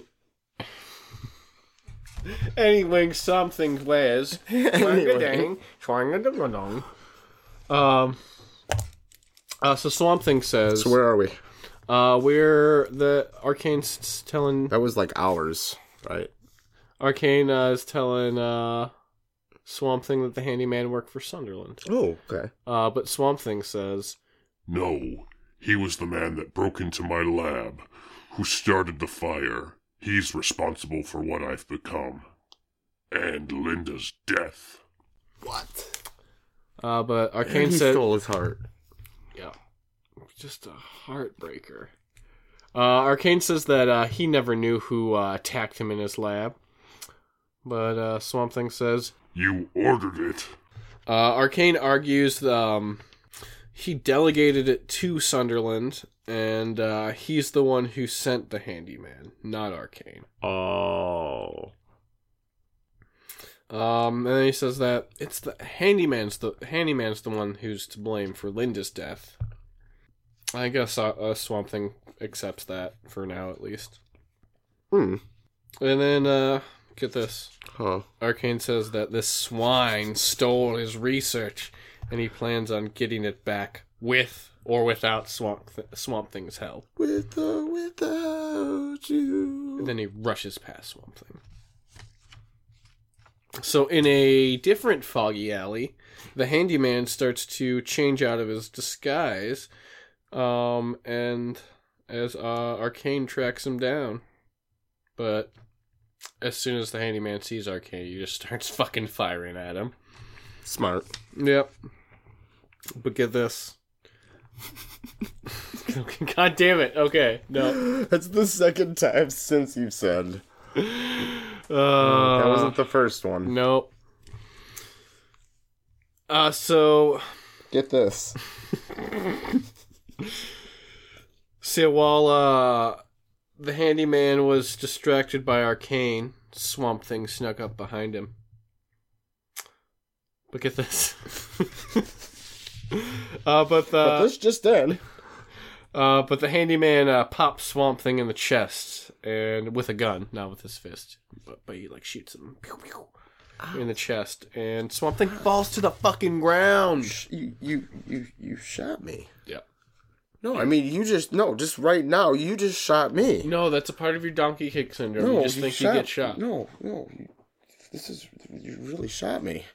Speaker 1: <laughs> anyway, something was
Speaker 2: Anyway.
Speaker 1: um, uh, so Swamp Thing says,
Speaker 2: So where are we?
Speaker 1: uh, we're the Arcane's telling
Speaker 2: That was like hours, right?
Speaker 1: Arcane uh, is telling uh, Swamp Thing that the handyman worked for Sunderland.
Speaker 2: Oh, okay.
Speaker 1: Uh, but Swamp Thing says,
Speaker 3: No, he was the man that broke into my lab, who started the fire. He's responsible for what I've become. And Linda's death.
Speaker 2: What?
Speaker 1: uh, but
Speaker 2: He
Speaker 1: Arcane said,
Speaker 2: stole his heart.
Speaker 1: yeah, just a heartbreaker. Uh, Arcane says that uh, he never knew who uh, attacked him in his lab. But uh, Swamp Thing says,
Speaker 3: You ordered it.
Speaker 1: uh, Arcane argues um, he delegated it to Sunderland, and uh, he's the one who sent the handyman, not Arcane.
Speaker 2: Oh.
Speaker 1: Um, and then he says that it's the handyman's the handyman's the one who's to blame for Linda's death. I guess uh, uh, Swamp Thing accepts that for now, at least.
Speaker 2: Hmm.
Speaker 1: And then, uh, get this:
Speaker 2: Huh.
Speaker 1: Arcane says that this swine stole his research, and he plans on getting it back with or without Swamp Th- Swamp Thing's help.
Speaker 2: With or
Speaker 1: And
Speaker 2: without you.
Speaker 1: then he rushes past Swamp Thing. So, in a different foggy alley, the handyman starts to change out of his disguise, um, and as uh, Arcane tracks him down. But as soon as the handyman sees Arcane, he just <laughs> starts fucking firing at him.
Speaker 2: Smart.
Speaker 1: Yep. But get this. <laughs> God damn it. Okay. No.
Speaker 2: <laughs> That's the second time since you've said.
Speaker 1: Uh,
Speaker 2: that wasn't the first one.
Speaker 1: Nope. Uh, so
Speaker 2: Get this.
Speaker 1: so while uh, the handyman was distracted by Arcane, Swamp Thing snuck up behind him. Look at this. <laughs> uh, but the
Speaker 2: but this just did.
Speaker 1: uh, but the handyman uh, pops Swamp Thing in the chest and with a gun, not with his fist, but but he like shoots him pew, pew, in
Speaker 2: Ah.
Speaker 1: the chest, and Swamp Thing falls to the fucking ground.
Speaker 2: You, you, you, you shot me.
Speaker 1: Yep.
Speaker 2: No, I mean, you just, no, just right now, you just shot me.
Speaker 1: No, that's a part of your donkey kick syndrome. you just think you get shot. No.
Speaker 2: No, no. you- This is you really shot me.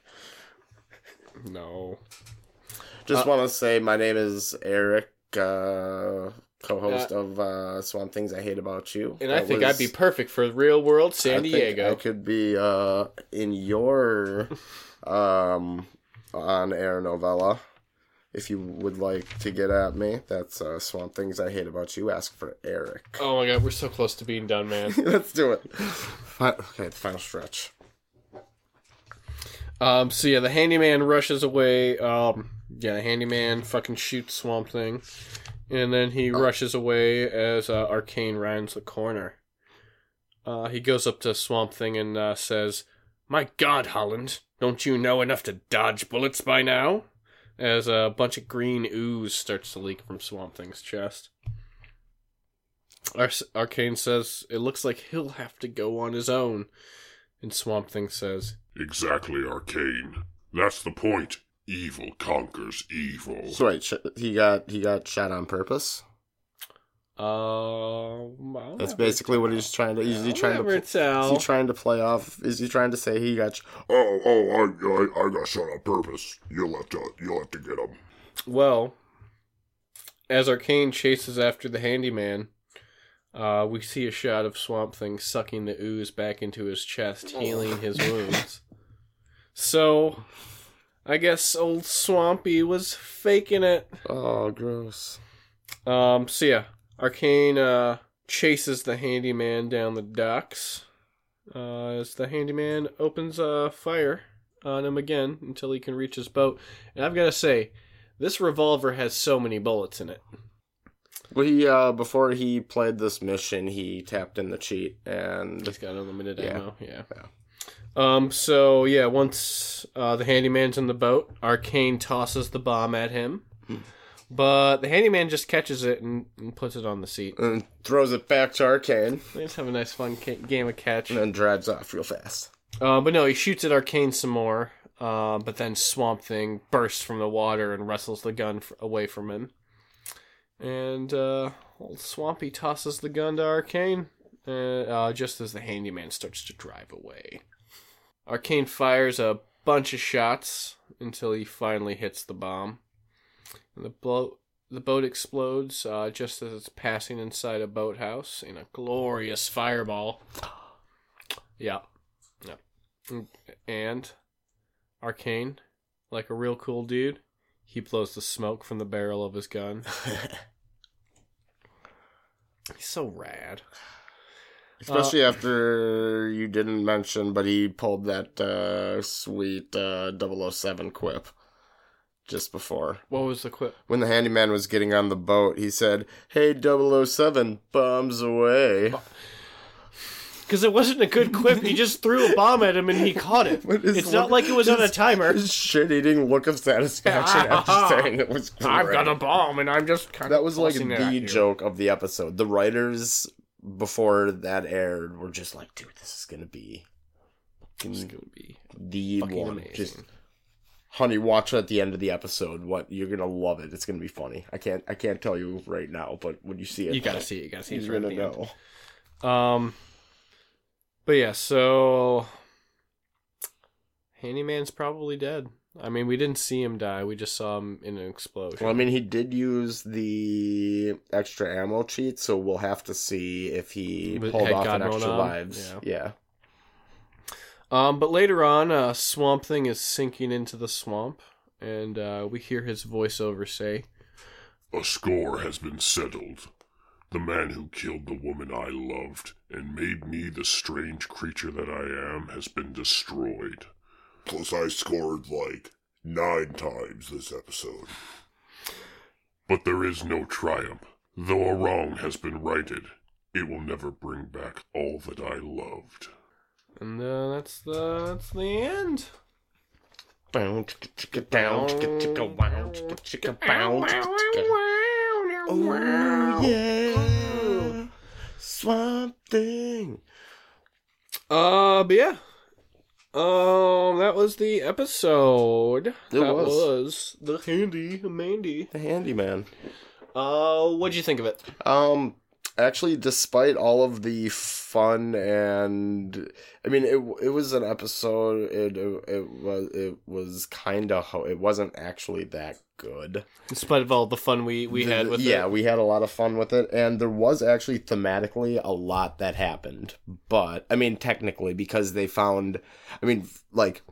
Speaker 2: Just
Speaker 1: Uh,
Speaker 2: want to say my name is Eric, uh, co-host of uh, Swamp Things I Hate About You.
Speaker 1: And I
Speaker 2: That
Speaker 1: think I'd be
Speaker 2: was-
Speaker 1: perfect for real world San
Speaker 2: I think
Speaker 1: Diego.
Speaker 2: I could be uh,
Speaker 1: <laughs>
Speaker 2: in your um, on-air novella. If you would like to get at me, that's uh, Swamp Things I Hate About You. Ask for Eric. <laughs>
Speaker 1: Oh my god, we're so close to being done, man.
Speaker 2: Let's do it. Fi- okay, final stretch.
Speaker 1: um, so yeah, the handyman rushes away. Um, yeah, the handyman fucking shoots Swamp Thing. And then he rushes away as uh, Arcane rounds the corner. Uh, he goes up to Swamp Thing and uh, says, My god, Holland, don't you know enough to dodge bullets by now? As a bunch of green ooze starts to leak from Swamp Thing's chest. Ar- Arcane says, It looks like he'll have to go on his own. And Swamp Thing says,
Speaker 3: Exactly, Arcane. That's the point. Evil conquers evil.
Speaker 2: So wait, sh- he got he got shot on purpose.
Speaker 1: Um, I don't
Speaker 2: That's
Speaker 1: ever
Speaker 2: basically what
Speaker 1: tell.
Speaker 2: he's trying to. Is he
Speaker 1: I'll
Speaker 2: trying to?
Speaker 1: never
Speaker 2: Pl- is
Speaker 1: tell.
Speaker 2: he trying to play off? Is he trying to say he got? Sh-
Speaker 3: Oh, oh, I, I, I got shot on purpose. You'll have to, you'll have to get him.
Speaker 1: well, as Arcane chases after the handyman, uh, we see a shot of Swamp Thing sucking the Oh. <laughs> ooze back into his chest, healing his wounds. So, I guess old Swampy was faking it.
Speaker 2: Oh, gross.
Speaker 1: Um, so yeah, Arcane uh, chases the handyman down the docks. Uh, as the handyman opens a fire on him again until he can reach his boat. And I've got to say, this revolver has so many bullets in it.
Speaker 2: Well, he uh, before he played this mission, he tapped in the cheat, and
Speaker 1: It's got unlimited
Speaker 2: Yeah.
Speaker 1: ammo. Yeah.
Speaker 2: Yeah.
Speaker 1: Um. So yeah, once uh, the handyman's in the boat, Arcane tosses the bomb at him,
Speaker 2: Hmm.
Speaker 1: but the handyman just catches it and, and puts it on the seat.
Speaker 2: and throws it back to Arcane,
Speaker 1: They just have a nice fun ca- game of catch.
Speaker 2: and then drives off real fast. <laughs>
Speaker 1: Uh, but no, he shoots at Arcane some more. Uh, but then Swamp Thing bursts from the water and wrestles the gun f- away from him. And uh, old Swampy tosses the gun to Arcane uh, uh, just as the handyman starts to drive away. Arcane fires a bunch of shots until he finally hits the bomb. And the, blo- the boat explodes uh, just as it's passing inside a boathouse in a glorious fireball. Yeah. And Arcane, like a real cool dude, he blows the smoke from the barrel of his gun. <laughs> He's so rad.
Speaker 2: Especially
Speaker 1: Uh,
Speaker 2: after you didn't mention, but he pulled that uh, sweet uh, 007 quip just before.
Speaker 1: What was the quip?
Speaker 2: When the handyman was getting on the boat, he said, Hey, 007, bombs away.
Speaker 1: Uh, Because it wasn't a good quip. He just threw a bomb at him and he caught
Speaker 2: <laughs>
Speaker 1: it.
Speaker 2: <laughs> What is
Speaker 1: It's not
Speaker 2: what-
Speaker 1: like it was
Speaker 2: <laughs>
Speaker 1: on a timer. <laughs>
Speaker 2: His shit eating look of satisfaction after saying it was great.
Speaker 1: I've got a bomb and I'm just kind
Speaker 2: That was like
Speaker 1: tossing it at
Speaker 2: the
Speaker 1: you.
Speaker 2: joke of the episode. The writers before that aired were just like, dude, this is going to be
Speaker 1: It's gonna be
Speaker 2: the
Speaker 1: fucking
Speaker 2: one.
Speaker 1: amazing.
Speaker 2: Just honey, watch at the end of the episode. What you're gonna love it. It's gonna be funny. I can't I can't tell you right now, but when you see it,
Speaker 1: you gotta see it. You gotta see it.
Speaker 2: you're gonna
Speaker 1: know.
Speaker 2: know.
Speaker 1: Um, but yeah, so Handyman's probably dead. I mean, we didn't see him die. We just saw him in an explosion.
Speaker 2: Well, I mean, he did use the extra ammo cheat, so we'll have to see if he
Speaker 1: But
Speaker 2: pulled
Speaker 1: had
Speaker 2: off an
Speaker 1: gotten one
Speaker 2: extra
Speaker 1: on?
Speaker 2: lives.
Speaker 1: Yeah.
Speaker 2: Yeah.
Speaker 1: um, but later on, uh, Swamp Thing is sinking into the swamp, and uh, we hear his voiceover say,
Speaker 3: A score has been settled. The man who killed the woman I loved and made me the strange creature that I am has been destroyed. Plus, I scored like nine times this episode. But there is no triumph. Though a wrong has been righted, it will never bring back all that I loved.
Speaker 1: and uh, that's the that's the end.
Speaker 2: Oh yeah, Oh, <gasps> Swamp Thing.
Speaker 1: Uh, but yeah. Um, that was the episode. that
Speaker 2: was.
Speaker 1: was the handy Mandy.
Speaker 2: The handyman.
Speaker 1: Uh, what'd you think of it?
Speaker 2: Um, actually, despite all of the fun and, I mean, it it was an episode. It it, it was it was kind of ho- it wasn't actually that good.
Speaker 1: In spite of all the fun we we
Speaker 2: The-
Speaker 1: had with
Speaker 2: yeah,
Speaker 1: it.
Speaker 2: we had a lot of fun with it, and there was actually thematically a lot that happened. But I mean, technically, because they found, I mean, f- like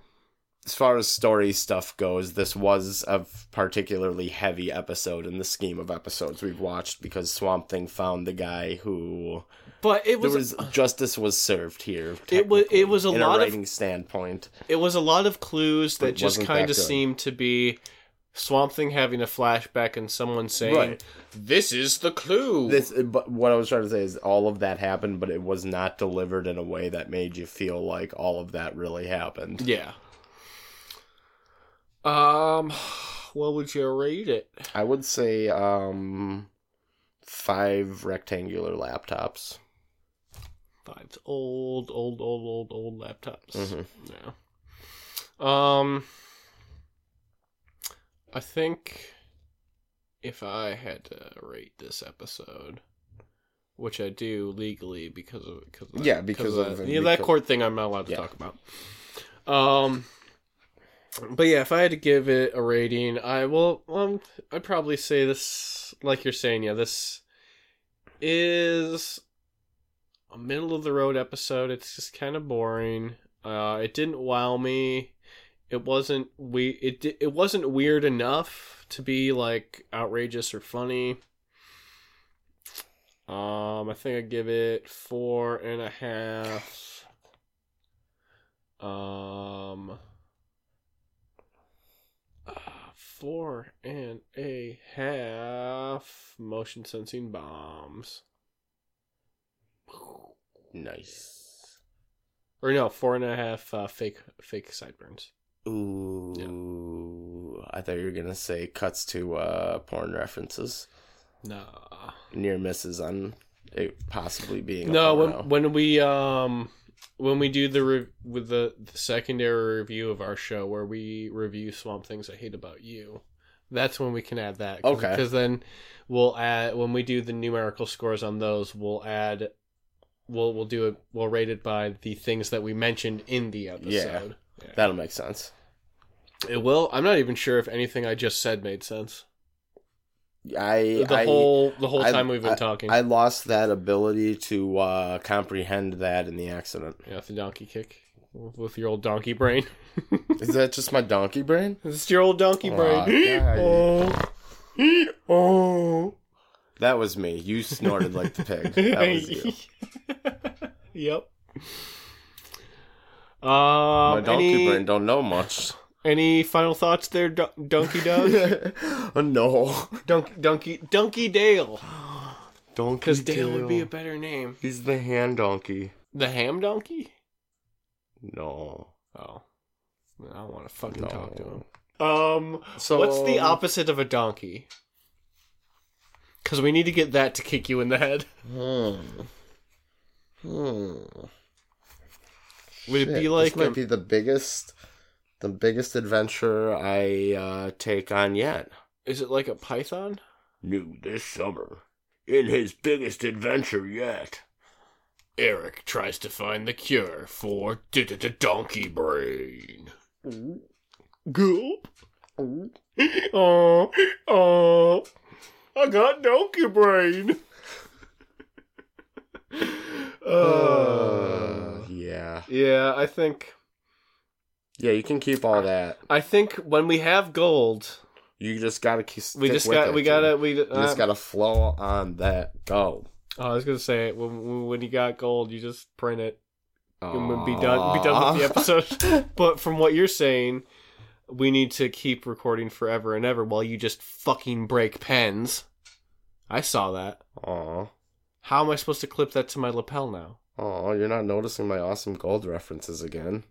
Speaker 2: as far as story stuff goes, this was a particularly heavy episode in the scheme of episodes we've watched because Swamp Thing found the guy who
Speaker 1: But it
Speaker 2: there
Speaker 1: was,
Speaker 2: was justice was served here.
Speaker 1: It was- it was a
Speaker 2: technically, in
Speaker 1: lot of-
Speaker 2: a writing standpoint.
Speaker 1: it was a lot of clues that
Speaker 2: It
Speaker 1: just
Speaker 2: wasn't
Speaker 1: kind
Speaker 2: that
Speaker 1: of
Speaker 2: good.
Speaker 1: seemed to be Swamp Thing having a flashback and someone saying,
Speaker 2: Right.
Speaker 1: "This is the clue."
Speaker 2: This, but what I was trying to say is all of that happened, but it was not delivered in a way that made you feel like all of that really happened.
Speaker 1: Yeah. Um, what would you rate it?
Speaker 2: I would say um, five rectangular laptops.
Speaker 1: Five's old, old, old, old, old laptops.
Speaker 2: Mhm.
Speaker 1: Yeah. Um, I think if I had to rate this episode, which I do legally because of because of that-
Speaker 2: Yeah, because of-
Speaker 1: that, yeah, that
Speaker 2: because-
Speaker 1: court thing I'm not allowed to
Speaker 2: Yeah.
Speaker 1: talk about. Um, but yeah, if I had to give it a rating, I will. Um, I'd probably say this, like you're saying, yeah, this is a middle of the road episode. It's just kind of boring. Uh, it didn't wow me. It It wasn't we it di- it wasn't weird enough to be like outrageous or funny. Um, I think I give it four and a half. Um, ah, four and a half motion sensing bombs.
Speaker 2: Nice.
Speaker 1: Or no, four and a half uh, fake fake sideburns.
Speaker 2: Ooh. I thought you were gonna say cuts to uh, porn references,
Speaker 1: Nah.
Speaker 2: near misses on it possibly being.
Speaker 1: No,
Speaker 2: a porno.
Speaker 1: when, when we um when we do the re- with the, the secondary review of our show where we review Swamp Things I Hate About You, that's when we can add that.
Speaker 2: Okay.
Speaker 1: Because then we'll add when we do the numerical scores on those, we'll add we'll we'll do it we'll rate it by the things that we mentioned in the episode.
Speaker 2: that'll make sense.
Speaker 1: It will. I'm not even sure if anything I just said made sense.
Speaker 2: I
Speaker 1: The
Speaker 2: I,
Speaker 1: whole the whole
Speaker 2: I-
Speaker 1: time we've been talking.
Speaker 2: I lost that ability to uh, comprehend that in the accident.
Speaker 1: yeah, the donkey kick with your old donkey brain.
Speaker 2: Is that just my donkey brain?
Speaker 1: It's your old donkey
Speaker 2: Aw,
Speaker 1: brain.
Speaker 2: guy.
Speaker 1: <laughs> oh. oh.
Speaker 2: That was me. You snorted like the <laughs> pig. That was you.
Speaker 1: <laughs> yep. Um,
Speaker 2: my donkey
Speaker 1: any,
Speaker 2: brain don't know much.
Speaker 1: any final thoughts there, Don- Donkey Doug?
Speaker 2: <laughs> Oh, no,
Speaker 1: Dunk, donkey, Donkey Dale.
Speaker 2: donkey.
Speaker 1: Because Dale would be a
Speaker 2: Dale.
Speaker 1: better name.
Speaker 2: He's the hand donkey.
Speaker 1: The Ham Donkey?
Speaker 2: No,
Speaker 1: Oh. I don't want to fucking
Speaker 2: no.
Speaker 1: talk to him. Um,
Speaker 2: So
Speaker 1: what's the opposite of a donkey? Because we need to get that to kick you in the head. <laughs>
Speaker 2: Hmm. Hmm.
Speaker 1: Would it
Speaker 2: Shit,
Speaker 1: be like
Speaker 2: this might
Speaker 1: a-
Speaker 2: be the biggest, the biggest adventure I uh, take on yet.
Speaker 1: Is it like a python?
Speaker 2: New this summer, in his biggest adventure yet.
Speaker 1: Eric tries to find the cure for donkey brain. <laughs> Gulp. Oh, oh, I got donkey <laughs> brain.
Speaker 2: Uh,
Speaker 1: uh,
Speaker 2: yeah,
Speaker 1: yeah, I think
Speaker 2: yeah. You can keep all that.
Speaker 1: I think when we have gold,
Speaker 2: You just gotta keep.
Speaker 1: we
Speaker 2: stick
Speaker 1: just
Speaker 2: with
Speaker 1: got
Speaker 2: it,
Speaker 1: we
Speaker 2: dude.
Speaker 1: gotta we.
Speaker 2: You
Speaker 1: Uh,
Speaker 2: just gotta flow on that go.
Speaker 1: oh, I was gonna say when when you got gold, you just print it. and we'll be done be done with the <laughs> episode. but from what you're saying, we need to keep recording forever and ever while you just fucking break pens. I saw that.
Speaker 2: <laughs> Aw,
Speaker 1: How am I supposed to clip that to my lapel now? <laughs>
Speaker 2: aw, you're not noticing my awesome gold
Speaker 1: <laughs>
Speaker 2: references again.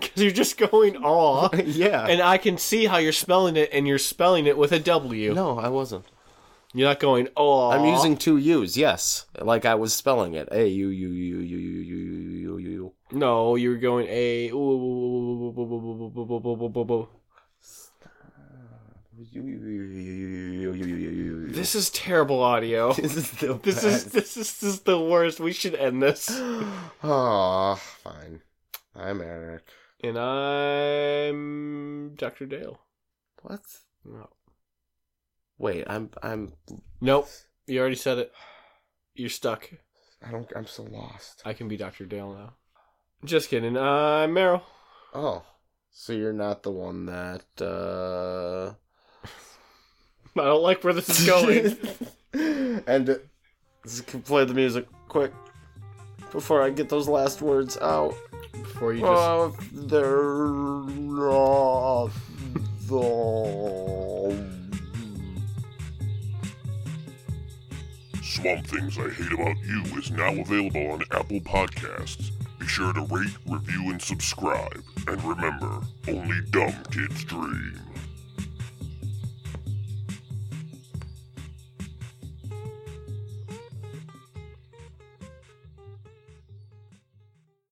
Speaker 1: Because you're just going aw,
Speaker 2: <laughs> yeah.
Speaker 1: and I can see how you're spelling it, and you're spelling it with a W.
Speaker 2: No, I wasn't.
Speaker 1: You're not going aw.
Speaker 2: I'm using two U's. Yes, like I was spelling it. A U U U U U U U U U U.
Speaker 1: No, you're going a. This
Speaker 2: This
Speaker 1: is terrible
Speaker 2: <laughs>
Speaker 1: audio.
Speaker 2: this is the
Speaker 1: This <laughs> is this is, this is the worst. We should end
Speaker 2: <gasps>
Speaker 1: this.
Speaker 2: oh fine. I'm Eric.
Speaker 1: And I'm Dr. Dale.
Speaker 2: What?
Speaker 1: No.
Speaker 2: Wait, I'm I'm oh.
Speaker 1: Nope. You already said it. You're stuck.
Speaker 2: I don't I'm so lost.
Speaker 1: I can be Dr. Dale now. Just kidding. I'm Meryl.
Speaker 2: Oh, so you're not the one that uh
Speaker 1: I don't like where this
Speaker 2: <laughs>
Speaker 1: is going.
Speaker 2: and uh, just can play the music quick before I get those last words out.
Speaker 1: Before you just.
Speaker 2: Oh, they're not the
Speaker 3: Swamp Things I Hate About You is now available on Apple Podcasts. Be sure to rate, review, and subscribe. And remember, only dumb kids dream.